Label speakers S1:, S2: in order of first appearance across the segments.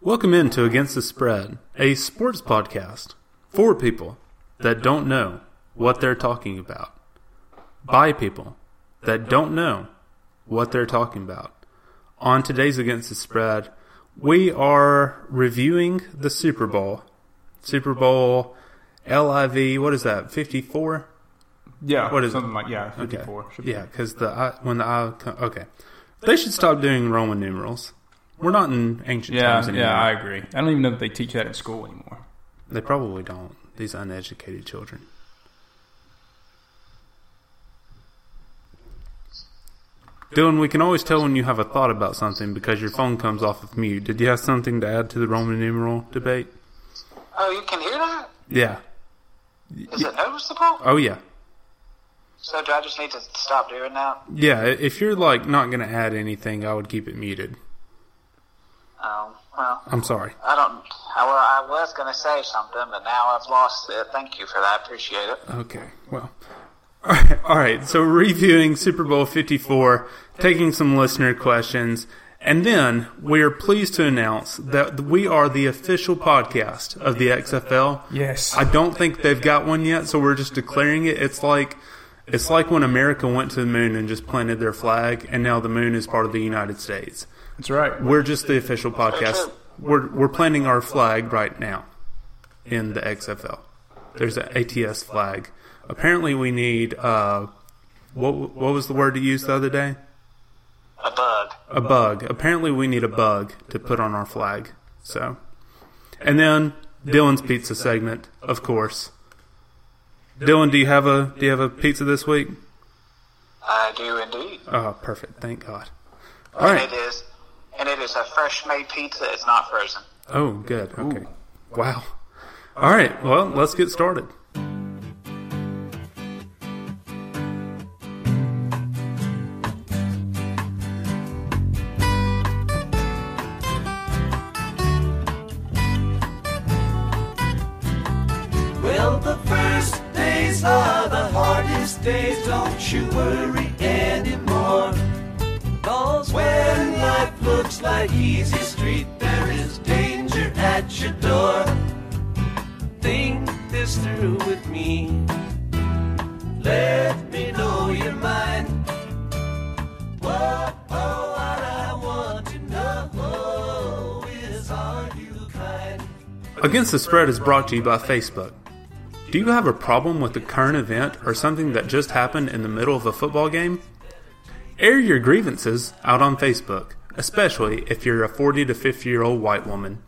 S1: Welcome in to Against the Spread, a sports podcast for people that don't know what they're talking about, by people that don't know what they're talking about. On today's Against the Spread, we are reviewing the Super Bowl. Super Bowl LIV, what is that, 54?
S2: Yeah,
S1: What is
S2: something
S1: it?
S2: like yeah,
S1: Okay.
S2: fifty-four. should be.
S1: Yeah, because the I, when the I co- okay, they should stop doing Roman numerals. We're not in ancient times
S2: yeah,
S1: anymore.
S2: yeah. I agree. I don't even know that they teach that in school anymore.
S1: They probably don't. These uneducated children. Dylan, we can always tell when you have a thought about something because your phone comes off of mute. Did you have something to add to the Roman numeral debate?
S3: Oh, you can hear that?
S1: Yeah.
S3: Is it noticeable?
S1: Oh yeah.
S3: So do I just need to stop doing that?
S1: Yeah. i- If you're like not gonna add anything, I would keep it muted.
S3: Um, well,
S1: I'm sorry.
S3: I don't. I, well, I was going to say something, but now I've lost it. Thank you for that. Appreciate it.
S1: Okay, well. All right, all right, so reviewing Super Bowl 54, taking some listener questions, and then we are pleased to announce that we are the official podcast of the XFL.
S2: Yes.
S1: I don't think they've got one yet, so we're just declaring it. It's like it's like when America went to the moon and just planted their flag, and now the moon is part of the United States.
S2: That's right.
S1: We're just the official podcast. We're we're planting our flag right now in the XFL. There's an ATS flag. Apparently, we need uh, what what was the word to use the other day?
S3: A bug.
S1: A bug. Apparently, we need a bug to put on our flag. So, and then Dylan's pizza segment, of course. Dylan, do you have a do you have a pizza this week?
S3: I do indeed.
S1: Oh, perfect. Thank God. All
S3: And
S1: right.
S3: it is, and it is a fresh made pizza. It's not frozen.
S1: Oh, good. Okay. Wow. All right. Well, let's get started.
S4: Well, the first days are the hardest days. Don't you worry anymore. Cause when life looks like easy street, there is danger at your door. Think this through with me. Let me know your mind. Whoa, oh, what I want to know is are you kind?
S1: Against the Spread is brought to you by Facebook. Do you have a problem with the current event or something that just happened in the middle of a football game? Air your grievances out on Facebook, especially if you're a 40 to 50 year old white woman.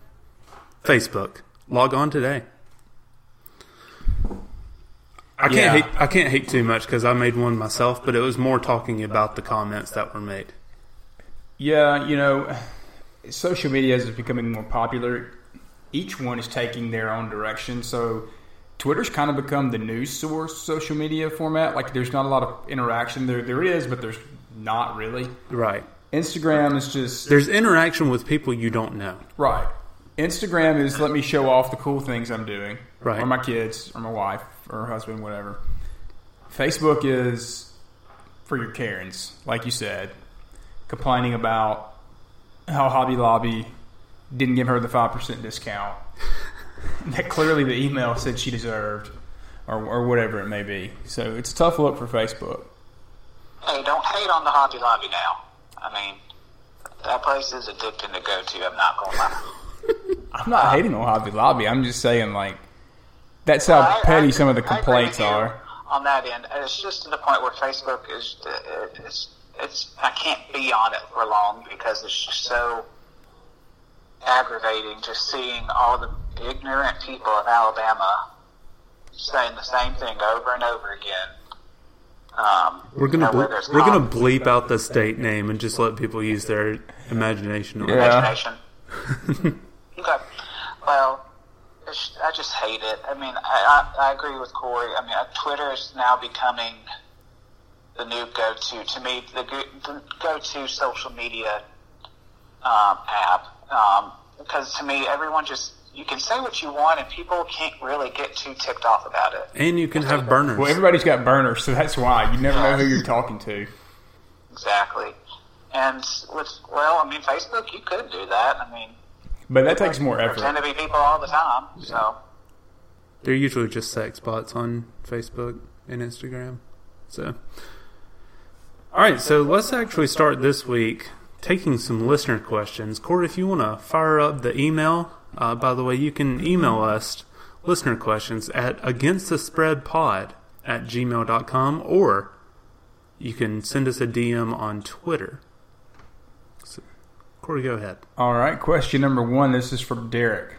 S1: Facebook. Log on today. I can't
S2: Yeah.
S1: hate I can't hate too much because I made one myself, but it was more talking about the comments that were made.
S2: Yeah, you know, social media is becoming more popular. Each one is taking their own direction. So Twitter's kind of become the news source social media format. Like there's not a lot of interaction there. There is, but there's not really.
S1: Right.
S2: Instagram is just
S1: There's interaction with people you don't know.
S2: right. Instagram is let me show off the cool things I'm doing,
S1: Right.
S2: Or my kids, or my wife, or husband, whatever. Facebook is for your Karens, like you said, complaining about how Hobby Lobby didn't give her the five percent discount that clearly the email said she deserved, or, or whatever it may be. So it's a tough look for Facebook.
S3: Hey, don't hate on the Hobby Lobby now. I mean, that place is addicting to go to. I'm not going to lie.
S2: I'm not hating on Hobby Lobby. I'm just saying like that's how
S3: I- I-
S2: petty some of the
S3: I agree
S2: complaints
S3: with you
S2: are.
S3: On that end, And it's just to the point where Facebook is, it's, it's, I can't be on it for long because it's just so aggravating just seeing all the ignorant people of Alabama saying the same thing over and over again. Um,
S1: We're gonna
S3: you know,
S1: ble-
S3: whether it's
S1: we're gonna
S3: com-
S1: bleep out the state name and just let people use their imagination. on it.
S2: Yeah.
S3: imagination. okay. Well, it's, I just hate it. I mean, I, I, I agree with Corey. I mean, uh, Twitter is now becoming the new go-to to me, the, go- the go-to social media um, app. Um, because to me, everyone just you can say what you want, and people can't really get too ticked off about it.
S1: And you can have burners.
S2: Well, everybody's got burners, so that's why you never know who you're talking to.
S3: Exactly. And with well, I mean, Facebook, you could do that. I mean,
S2: But that takes more
S3: pretend
S2: effort.
S3: to be people all the time. So
S1: They're usually just sex bots on Facebook and Instagram. So, all right, so let's actually start this week taking some listener questions. Corey, if you want to fire up the email, uh, by the way, you can email us listener questions at against the spread pod at gmail.com or you can send us a DM on Twitter. So, Corey, go ahead.
S2: All right, question number one. This is from Derek.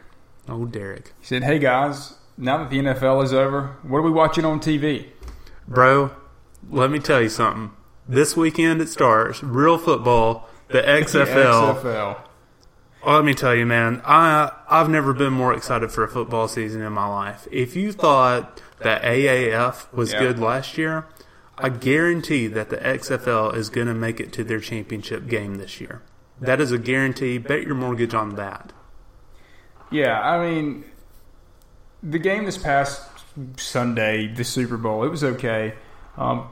S1: Oh, Derek.
S2: He said, "Hey guys, now that the NFL is over, what are we watching on TV?"
S1: Bro, let me tell you something. This weekend it starts real football, the XFL.
S2: XFL.
S1: Let me tell you, man. I I've never been more excited for a football season in my life. If you thought that AAF was
S2: Yeah.
S1: good last year, I guarantee that the XFL is going to make it to their championship game this year. That is a guarantee. Bet your mortgage on that.
S2: Yeah, I mean, the game this past Sunday, the Super Bowl, it was okay. Um,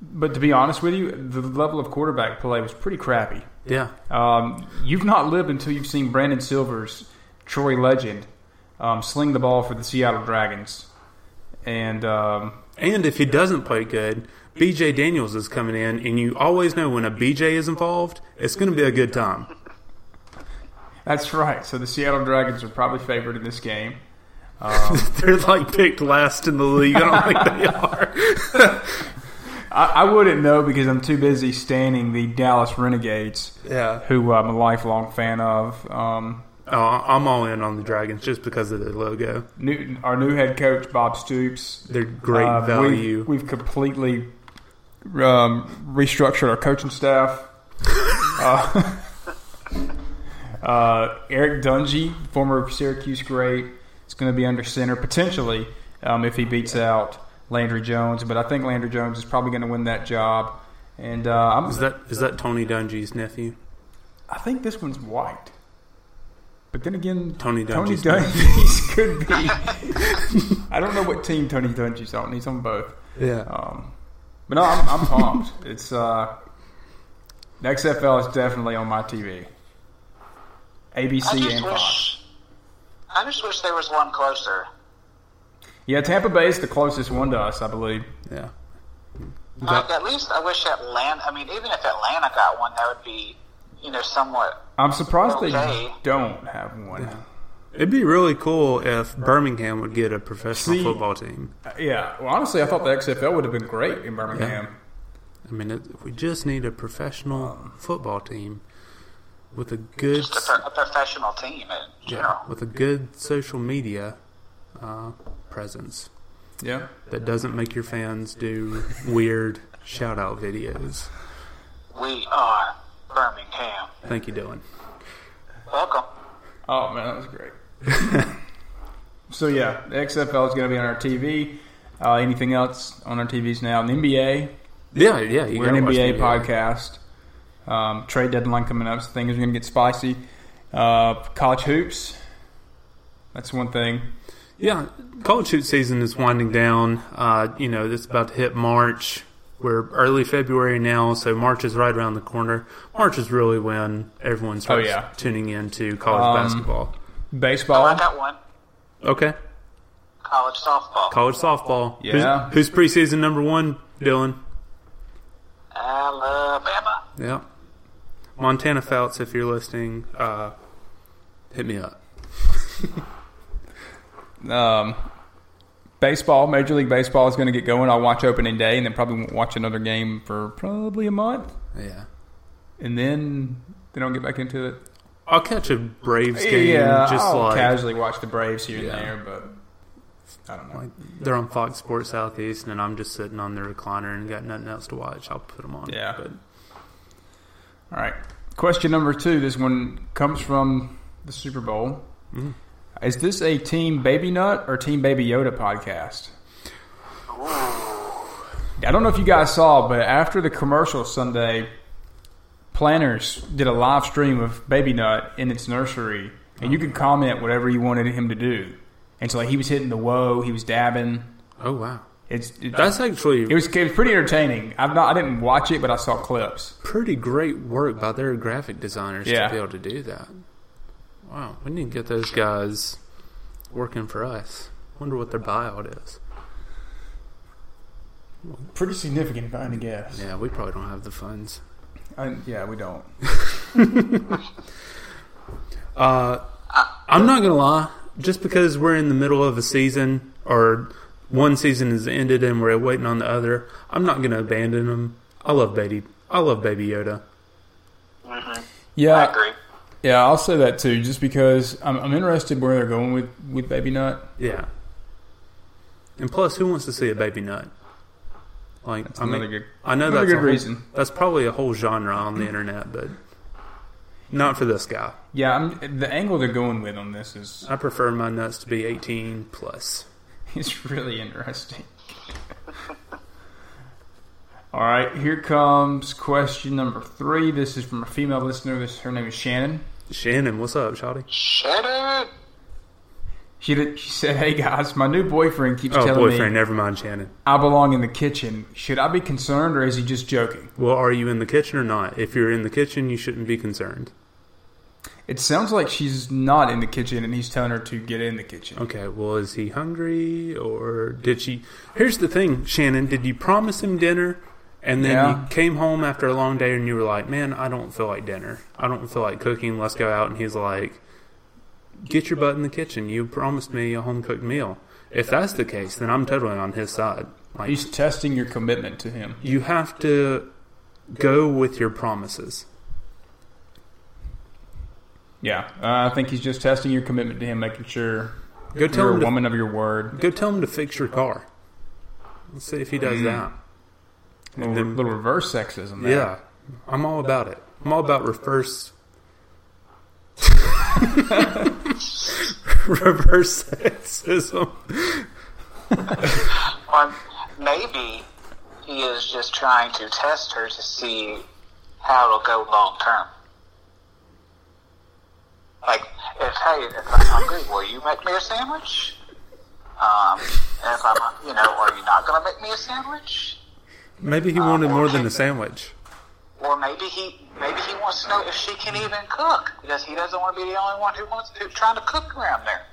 S2: but to be honest with you, the level of quarterback play was pretty crappy.
S1: Yeah.
S2: Um, you've not lived until you've seen Brandon Silver's Troy Legend um, sling the ball for the Seattle Dragons. And um,
S1: And if he doesn't play good, BJ Daniels is coming in, and you always know when a BJ is involved, it's going to be a good time.
S2: that's right. So the Seattle Dragons are probably favored in this game. Um,
S1: They're like picked last in the league. I don't think they are.
S2: I, I wouldn't know because I'm too busy standing the Dallas Renegades,
S1: Yeah.
S2: who I'm a lifelong fan of. Um,
S1: Oh, I'm all in on the Dragons just because of their logo.
S2: Newton, our new head coach Bob Stoops.
S1: They're great
S2: Uh,
S1: value.
S2: We've, we've completely um, restructured our coaching staff. uh, uh, Eric Dungy, former Syracuse great, is going to be under center potentially um, if he beats out Landry Jones. But I think Landry Jones is probably going to win that job. And uh, I'm,
S1: is that is that Tony Dungy's nephew?
S2: I think this one's white. But then again,
S1: Tony
S2: Tony
S1: Dungy's
S2: Dungy's could be. I don't know what team Tony Dungy's on. He's on both.
S1: Yeah.
S2: Um, but no, I'm, I'm pumped. It's uh, the XFL is definitely on my TV.
S3: I
S2: ABC
S3: just
S2: and Fox.
S3: wish I just wish there was one closer.
S2: Yeah, Tampa Bay is the closest one to us, I believe.
S1: Yeah.
S3: Like Uh, at least I wish Atlanta. I mean, even if Atlanta got one, that would be you know somewhat.
S2: I'm surprised they
S3: Okay.
S2: don't have one.
S1: It'd be really cool if Birmingham would get a professional
S2: See-
S1: football team.
S2: Uh, Yeah, well, honestly, I thought the XFL would have been great in Birmingham.
S1: I mean, it, we just need a professional football team with a good
S3: Just a, pro- a professional team in general.
S1: yeah, with a good social media uh, presence
S2: Yeah.
S1: that doesn't make your fans do weird shout out videos.
S3: We are Birmingham.
S1: Thank you, Dylan.
S3: Welcome.
S2: Oh man, that was great. so yeah, the XFL is going to be on our TV. Uh, anything else on our TVs now? The NBA,
S1: Yeah, yeah. You
S2: we're
S1: gotta
S2: an
S1: watch
S2: NBA
S1: the
S2: podcast. Um, trade deadline coming up, so things are going to get spicy. Uh, college hoops, that's one thing.
S1: Yeah, college shoot season is winding down. Uh, you know, it's about to hit March. We're early February now, so March is right around the corner. March is really when everyone starts
S2: Oh, yeah.
S1: tuning into college
S2: Um,
S1: basketball.
S3: Oh, I
S2: Baseball,
S3: got one.
S1: Okay,
S3: College softball.
S1: college softball.
S2: Yeah.
S1: Who's, who's preseason number one? Dylan.
S3: Alabama.
S1: Yeah. Montana Fouts, if you're listening, uh, hit me up.
S2: um, baseball, Major League Baseball is going to get going. I'll watch opening day, and then probably won't watch another game for probably a month,
S1: Yeah.
S2: and then they don't get back into it.
S1: I'll catch a Braves game.
S2: yeah,
S1: just
S2: I'll
S1: like
S2: casually watch the Braves here
S1: Yeah.
S2: and there, but I don't know.
S1: Like they're on Fox Sports Southeast, and I'm just sitting on the recliner and got nothing else to watch. I'll put them on.
S2: Yeah.
S1: but
S2: All right. Question number two. This one comes from the Super Bowl. Is this a Team Baby Nut or Team Baby Yoda podcast? I don't know if you guys saw, but after the commercial Sunday, Planners did a live stream of Baby Nut in its nursery, and you could comment whatever you wanted him to do. And so, like, he was hitting the whoa, he was dabbing.
S1: oh wow,
S2: It's it,
S1: that's
S2: it
S1: actually
S2: was it was pretty entertaining. I've not I didn't watch it, but I saw clips.
S1: pretty great work by their graphic designers
S2: Yeah.
S1: to be able to do that. Wow, we need to get those guys working for us. Wonder what their buyout is.
S2: Pretty significant, if I had to guess.
S1: Yeah, we probably don't have the funds.
S2: I, yeah, we don't.
S1: Uh, I'm not gonna lie. Just because we're in the middle of a season, or one season has ended and we're waiting on the other, I'm not gonna abandon them. I love baby. I love Baby Yoda.
S3: hmm I
S2: Yeah,
S3: agree.
S2: yeah, I'll say that too, just because I'm, I'm interested where they're going with, with Baby Nut.
S1: Yeah. And plus, who wants to see a baby nut? Like, I mean,
S2: another good-
S1: I know
S2: another
S1: that's
S2: good
S1: a whole-
S2: reason.
S1: That's probably a whole genre on the internet, but not for this guy.
S2: Yeah, I'm, the angle they're going with on this is
S1: I prefer my nuts to be 18 plus.
S2: is really interesting. All right, here comes question number three. This is from a female listener. This her name is Shannon.
S1: Shannon, what's up, Shotty?
S3: Shut it.
S2: She did, she said, "Hey guys, my new boyfriend keeps
S1: Oh,
S2: telling
S1: boyfriend,
S2: me
S1: never mind, Shannon.
S2: I belong in the kitchen. Should I be concerned or is he just joking?"
S1: Well, are you in the kitchen or not? If you're in the kitchen, you shouldn't be concerned.
S2: It sounds like she's not in the kitchen and he's telling her to get in the kitchen.
S1: Okay, well, is he hungry or did she? Here's the thing, Shannon. Did you promise him dinner and then
S2: Yeah.
S1: you came home after a long day and you were like, man, I don't feel like dinner. I don't feel like cooking. Let's go out. And he's like, get your butt in the kitchen. You promised me a home cooked meal. If that's the case, then I'm totally on his side. Like,
S2: He's testing your commitment to him.
S1: you have to go with your promises.
S2: Yeah, uh, I think he's just testing your commitment to him, making sure
S1: Go tell
S2: you're
S1: him
S2: a
S1: to-
S2: woman of your word.
S1: Go tell him to fix your car. Let's see if he does that.
S2: A little,
S1: then-
S2: little reverse sexism. There.
S1: Yeah, I'm all about it. I'm all about reverse. reverse sexism.
S3: Or maybe he is just trying to test her to see how it'll go long term. Like, if hey, if I'm hungry, will you make me a sandwich? Um, and if I'm, you know, are you not gonna make me a sandwich?
S1: Maybe he wanted more than a sandwich.
S3: Or maybe he, maybe he wants to know if she can even cook because he doesn't want to be the only one who wants who's trying to cook around there.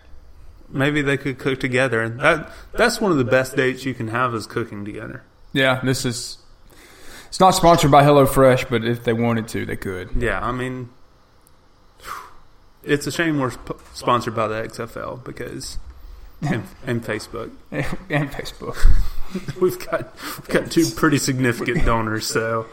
S1: Maybe they could cook together, and that that's one of the best dates you can have is cooking together.
S2: Yeah, this is. It's not sponsored by HelloFresh, but if they wanted to, they could.
S1: Yeah, I mean, it's a shame we're sp- sponsored by the XFL because and, and Facebook.
S2: and Facebook.
S1: We've got we've got two pretty significant donors, so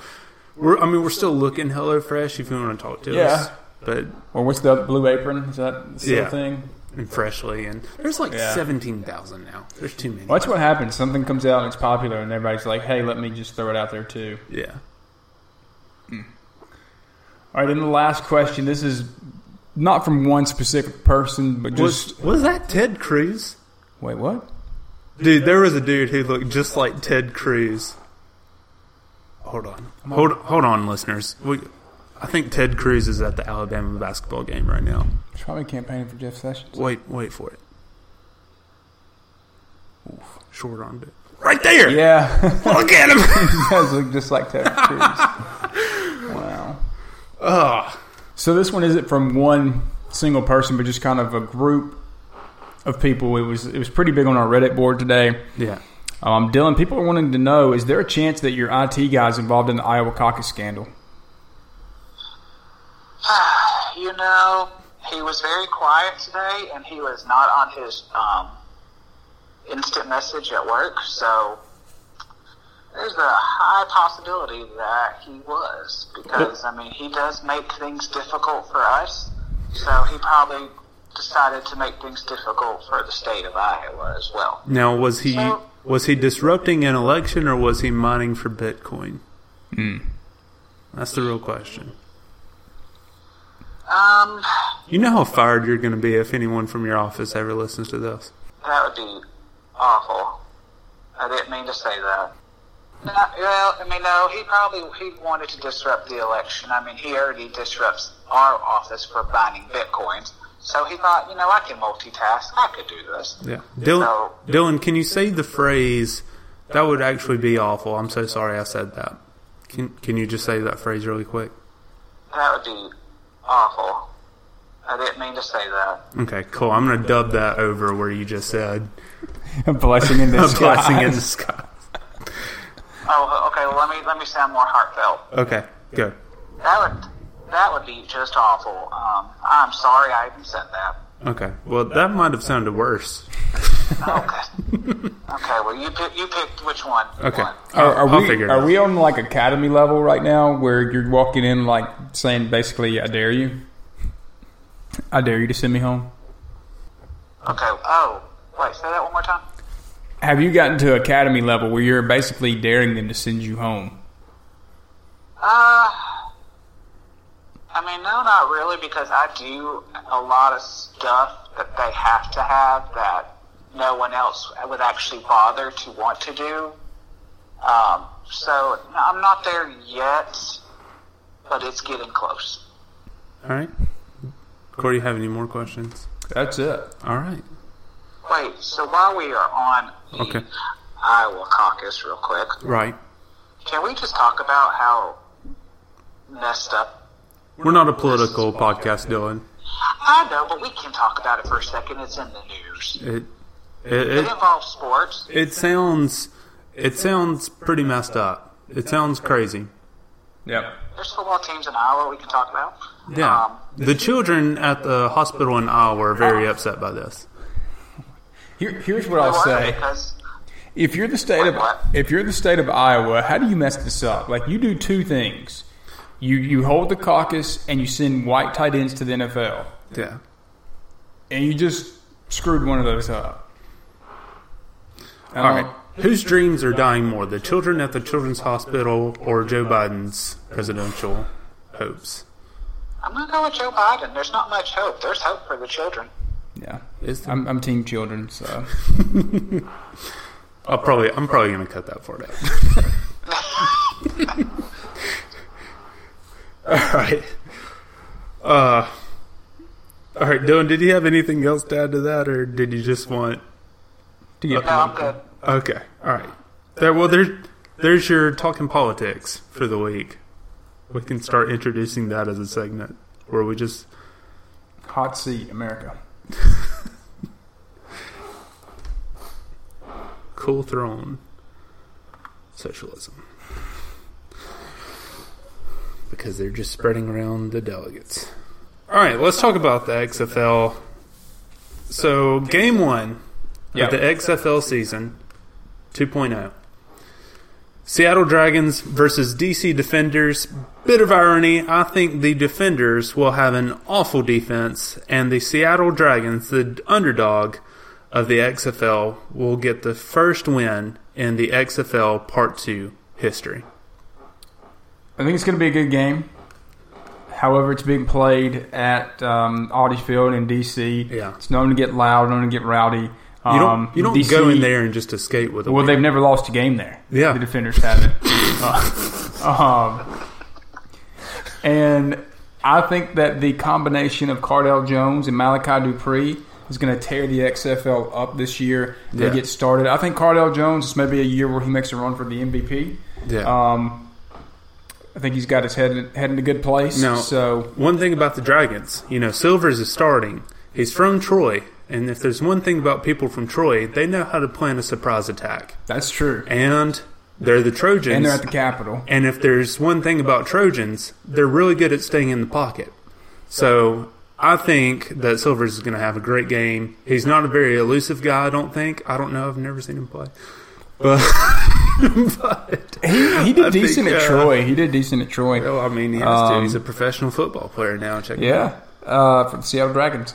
S1: we're I mean we're still looking HelloFresh if you want to talk to us.
S2: Yeah.
S1: But
S2: Or what's the other- Blue Apron? Is that still
S1: Yeah.
S2: a thing?
S1: and freshly and there's like
S2: Yeah.
S1: seventeen thousand now. There's too many.
S2: Well, that's what happens. Something comes out and it's popular, and everybody's like, "Hey, let me just throw it out there too."
S1: Yeah.
S2: All right, and the last question. This is not from one specific person, but just
S1: Was was that Ted Cruz?
S2: wait, what?
S1: Dude, there was a dude who looked just like Ted Cruz. Hold on. Hold hold on, listeners. We I think Ted Cruz is at the Alabama basketball game right now.
S2: He's probably campaigning for Jeff Sessions.
S1: Wait, wait for it. Short on dude. Right there.
S2: Yeah,
S1: Look at him.
S2: he does look just like Ted Cruz. wow.
S1: Ugh.
S2: So this one isn't from one single person, but just kind of a group of people. It was it was pretty big on our Reddit board today.
S1: Yeah.
S2: Um, Dylan, people are wanting to know: Is there a chance that your IT guy is involved in the Iowa caucus scandal?
S3: You know, he was very quiet today, and he was not on his um, instant message at work. So there's a high possibility that he was, because I mean, he does make things difficult for us. So he probably decided to make things difficult for the state of Iowa as well.
S1: Now was he
S3: So-
S1: was he disrupting an election or was he mining for Bitcoin? That's the real question.
S3: Um,
S1: You know how fired you're going to be if anyone from your office ever listens to this.
S3: That would be awful. I didn't mean to say that. No, well, I mean, no, he probably he wanted to disrupt the election. I mean, he already disrupts our office for buying bitcoins. So he thought, you know, I can multitask. I could do this.
S1: Yeah, Dylan.
S3: No.
S1: Dylan, can you say the phrase? That would actually be awful. I'm so sorry I said that. Can Can you just say that phrase really quick?
S3: That would be awful. I I didn't mean to say that.
S1: Okay, cool. I'm gonna dub that over where you just said
S2: A blessing in
S1: a
S2: disguise.
S1: blessing in disguise.
S3: Oh, okay. Well, let me let me sound more heartfelt.
S1: Okay, good.
S3: That would that would be just awful. Um, I'm sorry I even said that.
S1: Okay, well that might have sounded worse.
S3: Okay. okay. Well, you pick, you picked which one.
S1: Okay,
S3: One.
S2: Are, are
S1: I'll
S2: we
S1: figure it
S2: are
S1: out.
S2: we on like academy level right now, where you're walking in like saying basically, "I dare you, I dare you to send me home"?
S3: Okay. Oh, wait. Say that one more time.
S2: Have you gotten to academy level where you're basically daring them to send you home?
S3: Uh, I mean, no, not really, because I do a lot of stuff that they have to have that no one else would actually bother to want to do. Um, so no, I'm not there yet, but it's getting close.
S1: All right, Corey, you have any more questions?
S2: That's it.
S1: All right.
S3: Wait, so while we are on the
S1: Okay.
S3: Iowa caucus, real quick,
S1: Right.
S3: can we just talk about how messed up?
S1: We're not a political podcast, Dylan.
S3: I know, but we can talk about it for a second. It's in the news.
S1: It it
S3: It
S1: it,
S3: involves sports.
S1: it sounds it sounds pretty messed up. It sounds crazy.
S2: Yep.
S3: There's football teams in Iowa we can talk about. Um,
S1: Yeah. The children at the hospital in Iowa are very upset by this.
S2: Here, here's what
S3: I
S2: I'll
S3: wonder
S2: say.
S3: because
S2: If you're the state of
S3: What?
S2: if you're the state of Iowa, how do you mess this up? Like you do two things. You you hold the caucus and you send white tight ends to the NFL.
S1: Yeah.
S2: And you just screwed one of those up. I
S1: All
S2: don't-
S1: right. Whose dreams are dying more, the children at the children's hospital or Joe Biden's presidential hopes?
S3: I'm going to go with Joe Biden. There's not much hope. There's hope for the children.
S2: Yeah.
S1: Is there-
S2: I'm, I'm team children, so
S1: I'll probably I'm probably gonna cut that part out. all right. Uh all right, Dylan, did you have anything else to add to that or did you just want
S2: to get
S3: No, I'm good.
S1: Okay. All right. There well there there's your talking politics for the week. We can start introducing that as a segment where we just
S2: hot seat America.
S1: cool throne socialism. Because they're just spreading around the delegates. All right, let's talk about the XFL. So, game one
S2: Yeah.
S1: of the XFL season 2.0. Seattle Dragons versus DC Defenders. Bit of irony, I think the Defenders will have an awful defense, and the Seattle Dragons, the underdog of the XFL, will get the first win in the XFL Part 2 history.
S2: I think it's going to be a good game. However, it's being played at um, Audi Field in DC.
S1: Yeah.
S2: it's known to get loud, known to get rowdy.
S1: You don't,
S2: Um,
S1: you don't
S2: DC
S1: go in there and just escape with a
S2: Well,
S1: win.
S2: they've never lost a game there.
S1: Yeah.
S2: the defenders haven't. Uh, um, and I think that the combination of Cardell Jones and Malachi Dupree is going to tear the XFL up this year. They
S1: Yeah.
S2: get started. I think Cardell Jones is maybe a year where he makes a run for the MVP.
S1: Yeah.
S2: Um, I think he's got his head in, head in a good place.
S1: No.
S2: So
S1: One thing about the Dragons, you know, Silvers is starting. He's from Troy, and if there's one thing about people from Troy, they know how to plan a surprise attack.
S2: that's true.
S1: And they're the Trojans.
S2: And they're at the Capitol.
S1: And if there's one thing about Trojans, they're really good at staying in the pocket. So I think that Silvers is going to have a great game. He's not a very elusive guy, I don't think. I don't know. I've never seen him play. But, but
S2: He did
S1: I think,
S2: decent at
S1: uh,
S2: Troy. He did decent at Troy.
S1: well, I mean, he has to.
S2: Um,
S1: He's a professional football player now. Check it out.
S2: Yeah, uh, for the Seattle Dragons.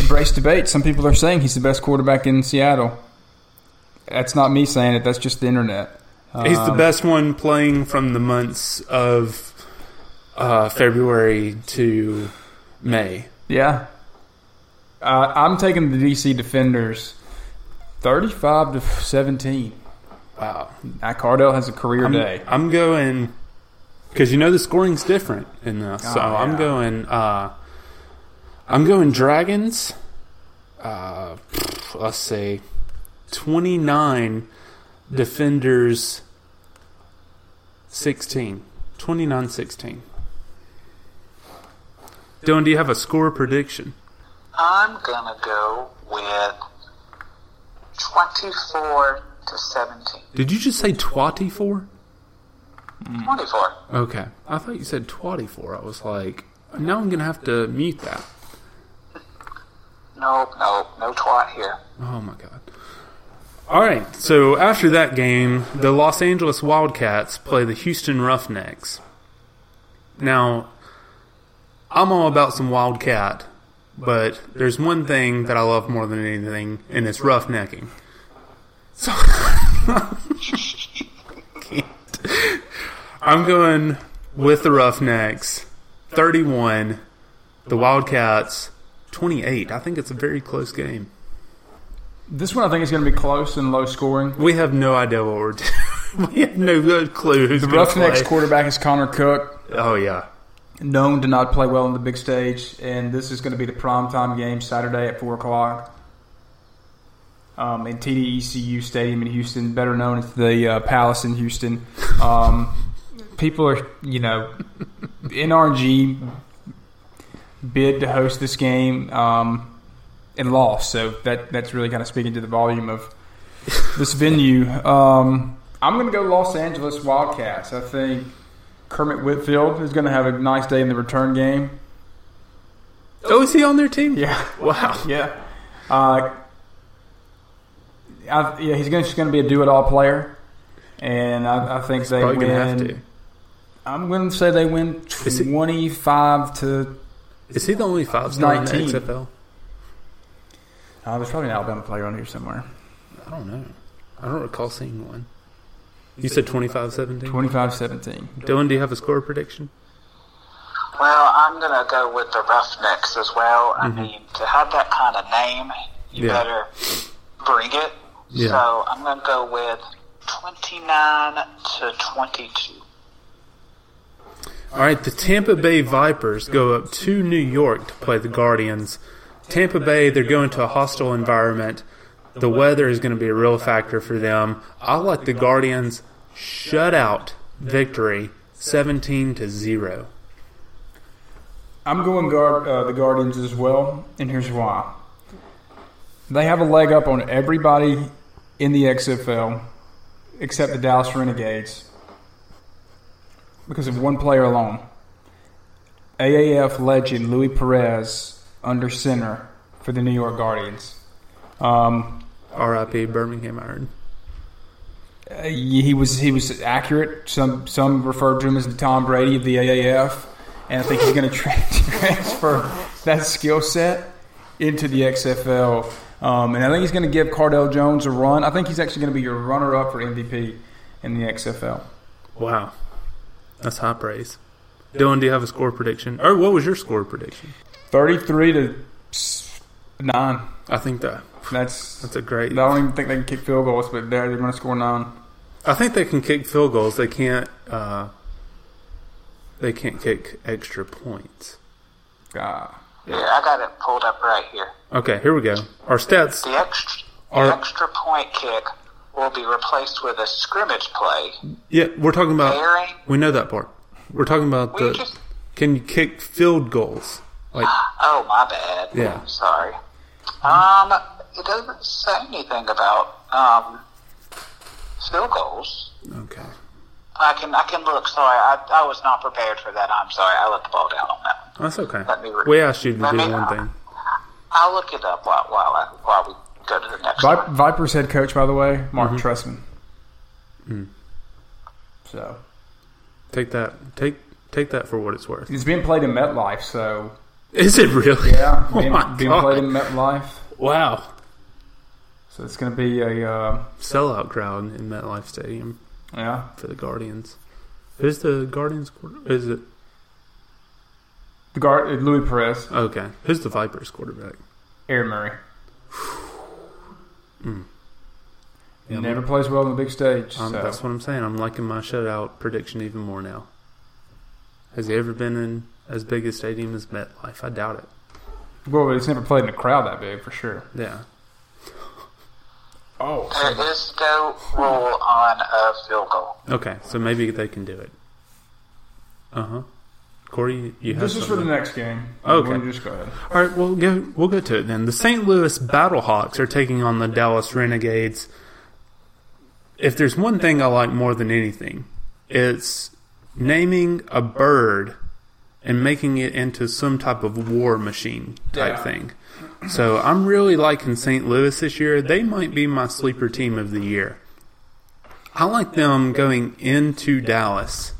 S2: Embrace debate. Some people are saying he's the best quarterback in Seattle. That's not me saying it. That's just the internet.
S1: He's
S2: Uh,
S1: the best one playing from the months of uh, February to May.
S2: Yeah, uh, I'm taking the DC Defenders, thirty-five to seventeen.
S1: Wow.
S2: Now Cardell has a career
S1: I'm,
S2: day.
S1: I'm going because you know the scoring's different in this. so
S2: Oh, yeah.
S1: I'm going. Uh, I'm going dragons. Uh, let's say twenty nine defenders. 16 29 16 Dylan, do you have a score prediction?
S3: I'm gonna go with twenty-four to seventeen.
S1: Did you just say twenty-four?
S2: Mm.
S3: Twenty-four.
S1: Okay, I thought you said twenty-four. I was like, now I'm gonna have to mute that.
S3: Nope, nope, no twat here.
S1: Oh my god. All right, so after that game, the Los Angeles Wildcats play the Houston Roughnecks. Now, I'm all about some Wildcat, but there's one thing that I love more than anything, and it's roughnecking. So Can't. I'm going with the Roughnecks, 31, the Wildcats, 28. I think it's a very close game.
S2: This one I think is going to be close and low scoring.
S1: We have no idea what we're doing. we have no good clue who's
S2: The
S1: going to
S2: Roughnecks
S1: play.
S2: quarterback is Connor Cook,
S1: oh yeah,
S2: known to not play well on the big stage, and this is going to be the primetime game Saturday at 4 o'clock um, in TDECU Stadium in Houston, better known as the uh, Palace in Houston. Um, people are, you know, NRG bid to host this game um, and lost, so that that's really kind of speaking to the volume of this venue. Um, I'm going to go Los Angeles Wildcats. I think Kermit Whitfield is going to have a nice day in the return game.
S1: oh, is he on their team?
S2: Yeah.
S1: Wow.
S2: Yeah. Uh, I, yeah, he's going to be a do-it-all player, and I, I think they
S1: Probably
S2: win.
S1: gonna have to.
S2: I'm going to say they win
S1: Is it-
S2: 25 to.
S1: Is he the only five star in the
S2: 19.
S1: XFL?
S2: Oh, there's probably an Alabama player on here somewhere.
S1: I don't know. I don't recall seeing one. You said 25-17?
S2: 25-17.
S1: Dylan, do you have a score prediction?
S3: Well, I'm gonna go with the Roughnecks as well. I mean, to have that kind of name,
S1: Mm-hmm.
S3: you
S1: Yeah.
S3: better bring it.
S1: Yeah.
S3: So I'm gonna go with twenty-nine to twenty-two.
S1: All right, the Tampa Bay Vipers go up to New York to play the Guardians. Tampa Bay, they're going to a hostile environment. The weather is going to be a real factor for them. I like the Guardians shutout victory, seventeen to zero.
S2: I'm going guard uh, the Guardians as well, and here's why. They have a leg up on everybody in the XFL except the Dallas Renegades because of one player alone. AAF legend Louis Perez under center for the New York Guardians. Um,
S1: R.I.P. Birmingham Iron.
S2: uh, he was he was accurate. Some some referred to him as the Tom Brady of the AAF, and I think he's going to transfer that skill set into the XFL. Um, and I think he's going to give Cardell Jones a run. I think he's actually going to be your runner-up for MVP in the XFL.
S1: Wow, that's high praise. Dylan, do you have a score prediction? Or what was your score prediction?
S2: Thirty-three to s- nine.
S1: I think that
S2: That's
S1: that's a great.
S2: I don't even think they can kick field goals, but they're, they're going to score nine.
S1: I think they can kick field goals. They can't. Uh, they can't kick extra points.
S2: God.
S3: Yeah, I got it pulled up right here.
S1: Okay, here we go. Our stats.
S3: The extra,
S1: Are-
S3: the extra point kick will be replaced with a scrimmage play.
S1: Yeah, we're talking about.
S3: Pairing.
S1: We know that part. We're talking about
S3: We
S1: the.
S3: just-
S1: Can you kick field goals? Like
S3: Oh, my bad.
S1: Yeah.
S3: Sorry. Um, it doesn't say anything about um, field goals.
S1: okay,
S3: I can I can look. Sorry, I, I was not prepared for that. I'm sorry. I let the ball down on that. one.
S1: that's okay.
S3: Let me re-
S1: We asked you to
S3: let
S1: do
S3: me-
S1: one thing.
S3: I'll look it up while while I, while we go to the next.
S2: Vi-
S3: one.
S2: Vipers head coach, by the way, Mark Trestman. So
S1: Take that. Take take that for what it's worth.
S2: It's being played in MetLife, so
S1: Is it really?
S2: yeah,
S1: Oh
S2: being,
S1: my
S2: being played in
S1: god!
S2: MetLife.
S1: Wow.
S2: So it's going to be a uh,
S1: sellout crowd in MetLife Stadium
S2: yeah.
S1: for the Guardians. Who's the Guardians? Quarter- is it
S2: The guard Louis Perez,
S1: okay? Who's the Vipers quarterback?
S2: Aaron Murray.
S1: Yeah,
S2: Never plays well on the big stage.
S1: Um,
S2: so.
S1: That's what I'm saying. I'm liking my shutout prediction even more now. Has he ever been in as big a stadium as MetLife? I doubt it.
S2: Well, he's never played in a crowd that big for sure.
S1: Yeah.
S2: Oh,
S3: There is no rule on a field goal.
S1: Okay, so maybe they can do it. Uh huh. Corey, you have
S2: This is for the
S1: something.
S2: next game.
S1: Okay.
S2: We'll just go ahead.
S1: All right, we'll go, we'll go to it then. The St. Louis Battlehawks are taking on the Dallas Renegades. If there's one thing I like more than anything, it's naming a bird and making it into some type of war machine type
S2: Yeah.
S1: thing. So I'm really liking St. Louis this year. They might be my sleeper team of the year. I like them going into Dallas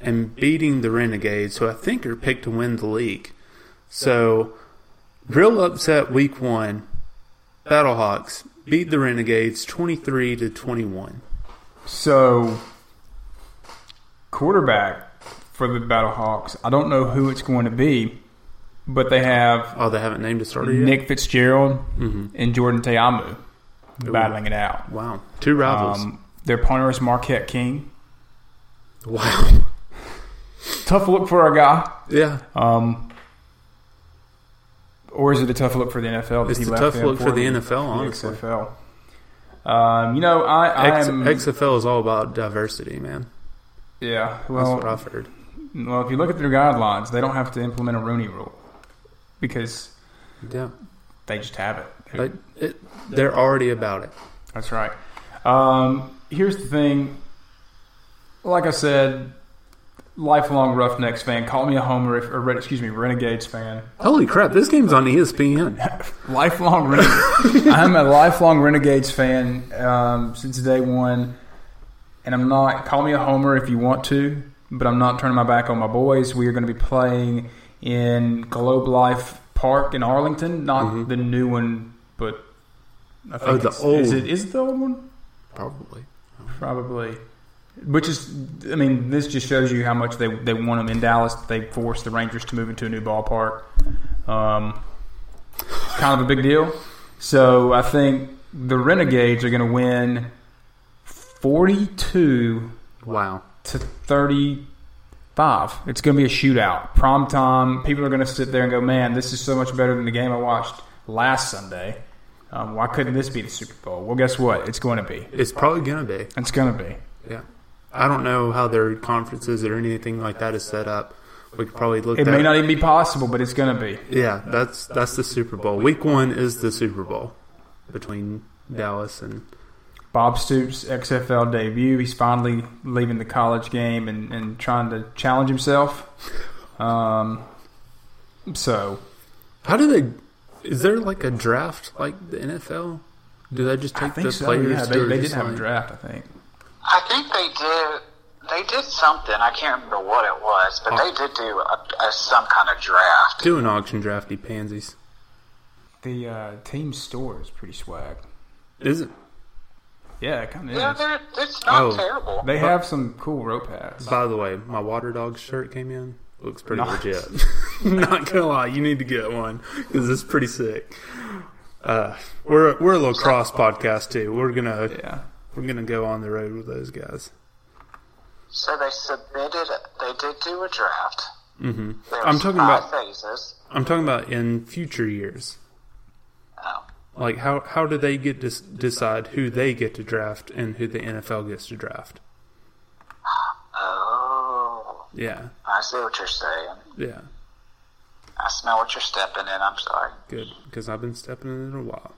S1: and beating the Renegades, who I think are picked to win the league. So, real upset week one. Battlehawks beat the Renegades 23 to 21.
S2: So, quarterback for the Battlehawks. I don't know who it's going to be, but they have
S1: Oh, they haven't named a starter yet?
S2: Nick Fitzgerald
S1: Mm-hmm.
S2: and Jordan Teamu battling it out.
S1: Wow. Two rivals.
S2: Um, their punter is Marquette King.
S1: wow.
S2: Tough look for our guy.
S1: Yeah.
S2: Um, or is it a tough look for the NFL? that
S1: It's
S2: he
S1: a
S2: left
S1: tough
S2: them
S1: look for the
S2: the
S1: NFL, honestly.
S2: XFL. Um, you know, I, I
S1: X,
S2: am.
S1: XFL is all about diversity, man.
S2: yeah,
S1: That's
S2: well,
S1: what I've heard.
S2: well, if you look at their guidelines, they don't have to implement a Rooney Rule because
S1: Yeah.
S2: they just have it.
S1: But it, they're already about it.
S2: That's right. Um, here's the thing. Like I said, lifelong Roughnecks fan. Call me a homer, if, or excuse me, Renegades fan.
S1: Holy crap, this game's on E ESPN.
S2: lifelong renegade. I'm a lifelong Renegades fan um, since day one, and I'm not. Call me a homer if you want to, but I'm not turning my back on my boys. We are going to be playing in Globe Life Park in Arlington, not the new one, but I think
S1: Mm-hmm. Oh, the
S2: it's- Is
S1: old.
S2: it is it the old one?
S1: Probably.
S2: Probably. Which is, I mean, this just shows you how much they, they want them in Dallas. They forced the Rangers to move into a new ballpark. Um, kind of a big deal. So I think the Renegades are going to win 42
S1: Wow.
S2: to 35. It's going to be a shootout. Prom time. People are going to sit there and go, man, this is so much better than the game I watched last Sunday. Um, why couldn't this be the Super Bowl? Well, guess what? It's going to be.
S1: It's probably going to be.
S2: It's going to be.
S1: Yeah. I don't know how their conferences or anything like that is set up. We could probably look
S2: It
S1: that
S2: may not even be possible, but it's going to be.
S1: Yeah, that's that's the Super Bowl. Week one is the Super Bowl between Dallas and
S2: Bob Stoops' XFL debut. He's finally leaving the college game and, and trying to challenge himself. Um, so
S1: how do they? Is there like a draft like the NFL? Do they just
S2: I
S1: take
S2: think
S1: the
S2: so.
S1: players?
S2: Yeah,
S1: that
S2: they,
S1: are
S2: they
S1: just
S2: did have a
S1: like-
S2: draft. I think.
S3: I think they did. They did something. I can't remember what it was,
S1: Oh.
S3: but they did do a, a, some kind of draft.
S1: Do an auction draft, you pansies.
S2: The uh, team store is pretty swag.
S1: Is it?
S2: Yeah, it kind
S3: Yeah,
S2: of is.
S3: they're, it's not
S1: Oh.
S3: terrible.
S2: They have some cool rope hats.
S1: By the way, my water dog shirt came in. Looks pretty
S2: Nice.
S1: legit. Not gonna lie, you need to get one because it's pretty sick. Uh, we're we're a little cross podcast too. We're gonna
S2: Yeah.
S1: we're gonna go on the road with those guys.
S3: so they submitted. They did do a draft. Mm-hmm.
S1: I'm talking about-
S3: phases.
S1: I'm talking about in future years.
S3: Oh.
S1: Like how how do they get to s- decide who they get to draft and who the NFL gets to draft?
S3: oh,
S1: Yeah,
S3: I see what you're saying.
S1: yeah,
S3: I smell what you're stepping in. I'm sorry.
S1: good because I've been stepping in it a while.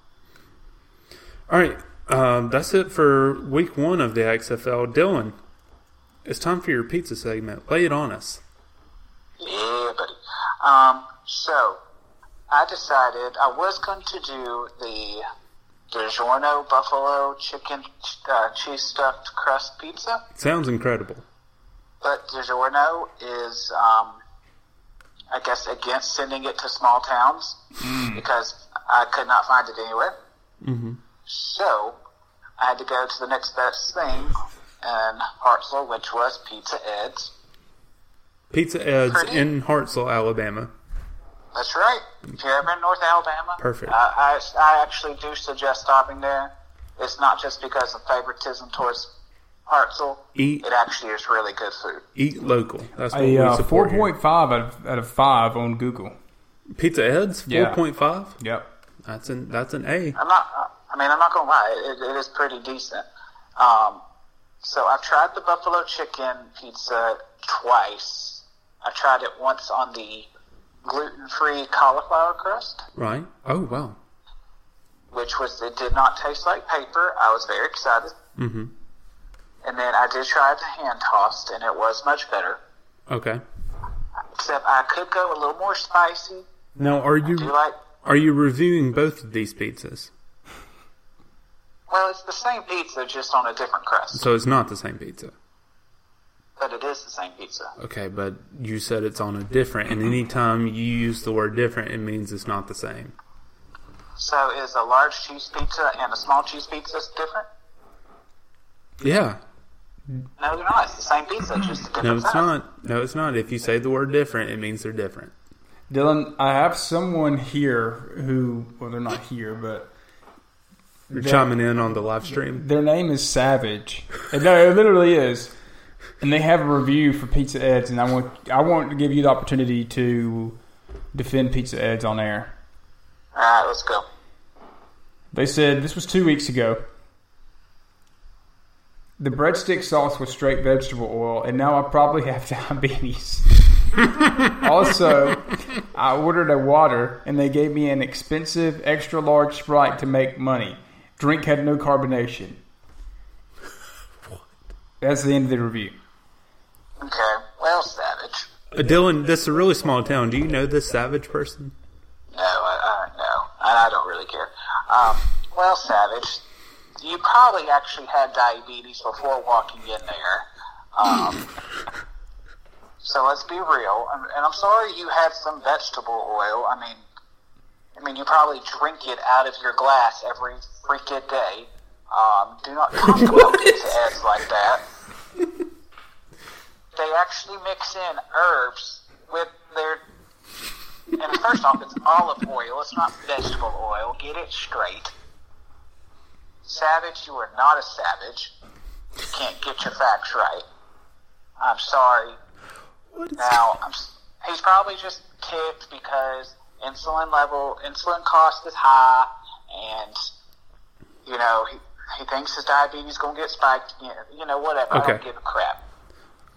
S1: All right, um, that's it for week one of the XFL. Dylan, it's time for your pizza segment. Lay it on us.
S3: Yeah, buddy. Um, so I decided I was going to do the DiGiorno Buffalo Chicken uh, Cheese Stuffed Crust Pizza,
S1: Sounds incredible.
S3: but DiGiorno is, um, I guess, against sending it to small towns because I could not find it anywhere. So I had to go to the next best thing in Hartsville, which was Pizza Ed's.
S1: Pizza Ed's
S3: Pretty.
S1: in Hartsville, Alabama.
S3: That's right. If you're ever in North Alabama,
S1: Perfect.
S3: I, I, I actually do suggest stopping there. It's not just because of favoritism towards Hartzell.
S1: Eat
S3: It actually is really good food.
S1: eat local. That's what
S2: A
S1: we
S2: uh, four
S1: support. here.
S2: point five out of, out of five on Google.
S1: Pizza Ed's
S2: Yeah.
S1: four point five.
S2: Yep.
S1: That's an that's an A.
S3: I'm not. I mean, I'm not gonna lie. It, it is pretty decent. Um, so I've tried the buffalo chicken pizza twice, I tried it once on the gluten free cauliflower crust,
S1: Right? Oh, wow.
S3: which was, it did not taste like paper. I was very excited.
S1: Mm-hmm.
S3: And then I did try the hand tossed, and it was much better.
S1: Okay.
S3: Except I could go a little more spicy.
S1: Now, are
S3: Do you
S1: you
S3: like?
S1: are you reviewing both of these pizzas?
S3: Well, it's the same pizza, just on a different crust.
S1: So it's not the same pizza.
S3: But it is the same pizza.
S1: Okay, but you said it's on a different, and anytime you use the word different, it means it's not the same.
S3: So is a large cheese pizza and a small cheese pizza different?
S1: Yeah.
S3: No, they're not. It's the same pizza, just a different
S1: No, it's
S3: size.
S1: not. No, it's not. If you say the word different, it means they're different.
S2: Dylan, I have someone here who, well, they're not here, but
S1: You're chiming in on the live stream.
S2: their name is Savage. And no, it literally is. And they have a review for Pizza Eds, and I want I want to give you the opportunity to defend Pizza Eds on air.
S3: All right, let's go.
S2: They said this was two weeks ago. The breadstick sauce was straight vegetable oil, and now I probably have diabetes. also, I ordered a water, and they gave me an expensive, extra large Sprite to make money. Drink had no carbonation. That's the end of the review.
S3: Okay. Well, savage.
S1: Uh, Dylan, that's a really small town. Do you know this savage person?
S3: No, I, I no, and I don't really care. Um, well, savage. You probably actually had diabetes before walking in there. Um, so let's be real, and, and I'm sorry you had some vegetable oil. I mean, I mean, you probably drink it out of your glass every freaking day. Um, do not talk about pizza ads like that. They actually mix in herbs with their. And first off, it's olive oil. It's not vegetable oil. Get it straight. Savage, you are not a savage. You can't get your facts right. I'm sorry.
S1: What is
S3: Now, I'm, s- he's probably just kicked because insulin level, insulin cost is high, and you know he, he thinks his diabetes gonna get spiked. You know, you know whatever. I don't
S1: Okay.
S3: give a crap.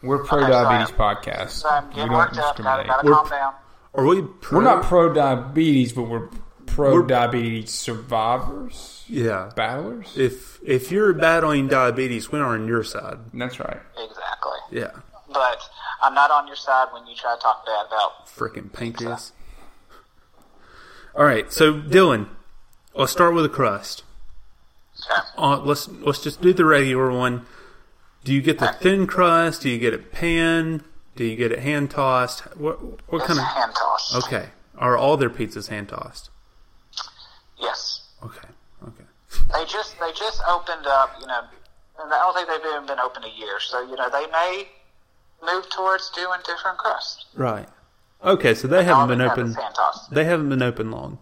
S2: We're pro diabetes podcast.
S3: So I'm
S2: We
S3: getting
S2: don't
S3: worked up. Gotta,
S2: discriminate.
S3: gotta
S1: We're-
S3: calm down.
S1: Are we? Pro-
S2: We're not pro diabetes, but we're pro diabetes survivors,
S1: Yeah.
S2: battlers.
S1: If if you're battling diabetes, we are on your side.
S2: That's right.
S3: Exactly.
S1: Yeah.
S3: But I'm not on your side when you try to talk bad about.
S1: Freaking pancreas. All right, so Dylan, let's start with the crust.
S3: Okay.
S1: Uh, let's let's just do the regular one. Do you get the thin crust? Do you get it pan? Do you get it hand tossed? What what
S3: It's
S1: kind of?
S3: hand tossed.
S1: Okay, are all their pizzas hand tossed?
S3: Yes.
S1: Okay, okay.
S3: They just they just opened up, you know, and I don't think they've even been open a year. So you know they may move towards doing different crusts.
S1: Right. Okay, so they
S3: All
S1: haven't been
S3: they have
S1: open.
S3: is hand tossed.
S1: They haven't been open long.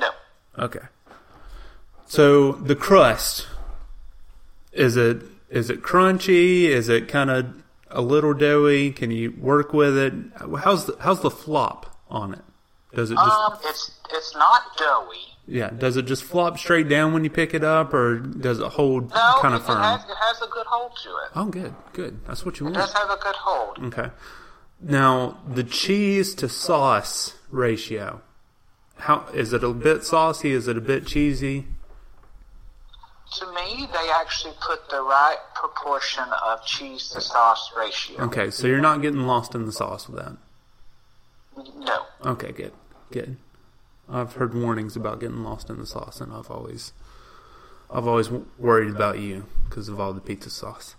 S3: No,
S1: Okay. So the crust is it is it crunchy? Is it kind of a little doughy? Can you work with it? How's the, how's the flop on it? Does it just
S3: um, it's it's not doughy.
S1: yeah? Does it just flop straight down when you pick it up, or does it hold
S3: No,
S1: kind
S3: it,
S1: of
S3: it
S1: firm?
S3: has it has a good hold to it.
S1: oh, good, good. That's what you
S3: It does
S1: want.
S3: have a good hold.
S1: Okay. Now the cheese to sauce ratio. How is it a bit saucy? Is it a bit cheesy?
S3: To me, they actually put the right proportion of cheese to sauce ratio.
S1: Okay, so you're not getting lost in the sauce with that.
S3: No,
S1: Okay, good, good. I've heard warnings about getting lost in the sauce, and I've always, I've always w- worried about you because of all the pizza sauce.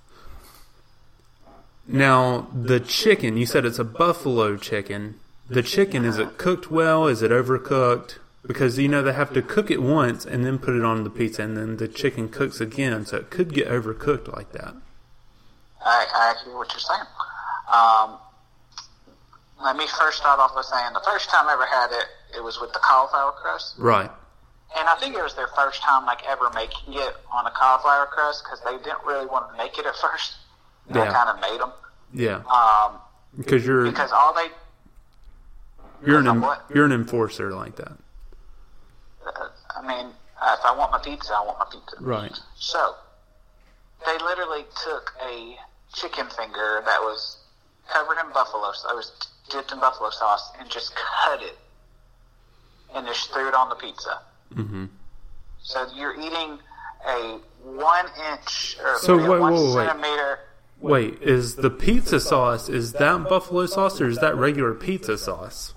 S1: Now the chicken, you said it's a buffalo chicken. The chicken is it cooked well? Is it overcooked? Because you know they have to cook it once and then put it on the pizza, and then the chicken cooks again, so it could get overcooked like that.
S3: I, I hear what you're saying. Um, let me first start off by saying the first time I ever had it, it was with the cauliflower crust,
S1: Right.
S3: and I think it was their first time like ever making it on a cauliflower crust because they didn't really want to make it at first. And I
S1: Yeah.
S3: kind of made them
S1: Yeah.
S3: um,
S1: Because you're
S3: because all they
S1: you're an
S3: I'm
S1: en-
S3: what?
S1: you're an enforcer like that.
S3: Uh, I mean, uh, if I want my pizza, I want my pizza.
S1: Right.
S3: So, they literally took a chicken finger that was covered in buffalo sauce. I was dipped in buffalo sauce and just cut it and just threw it on the pizza.
S1: Mm-hmm.
S3: So you're eating a one inch or
S1: So
S3: maybe
S1: wait,
S3: one
S1: wait, wait.
S3: centimeter.
S1: Wait, is the pizza sauce is that buffalo sauce or is that regular pizza sauce?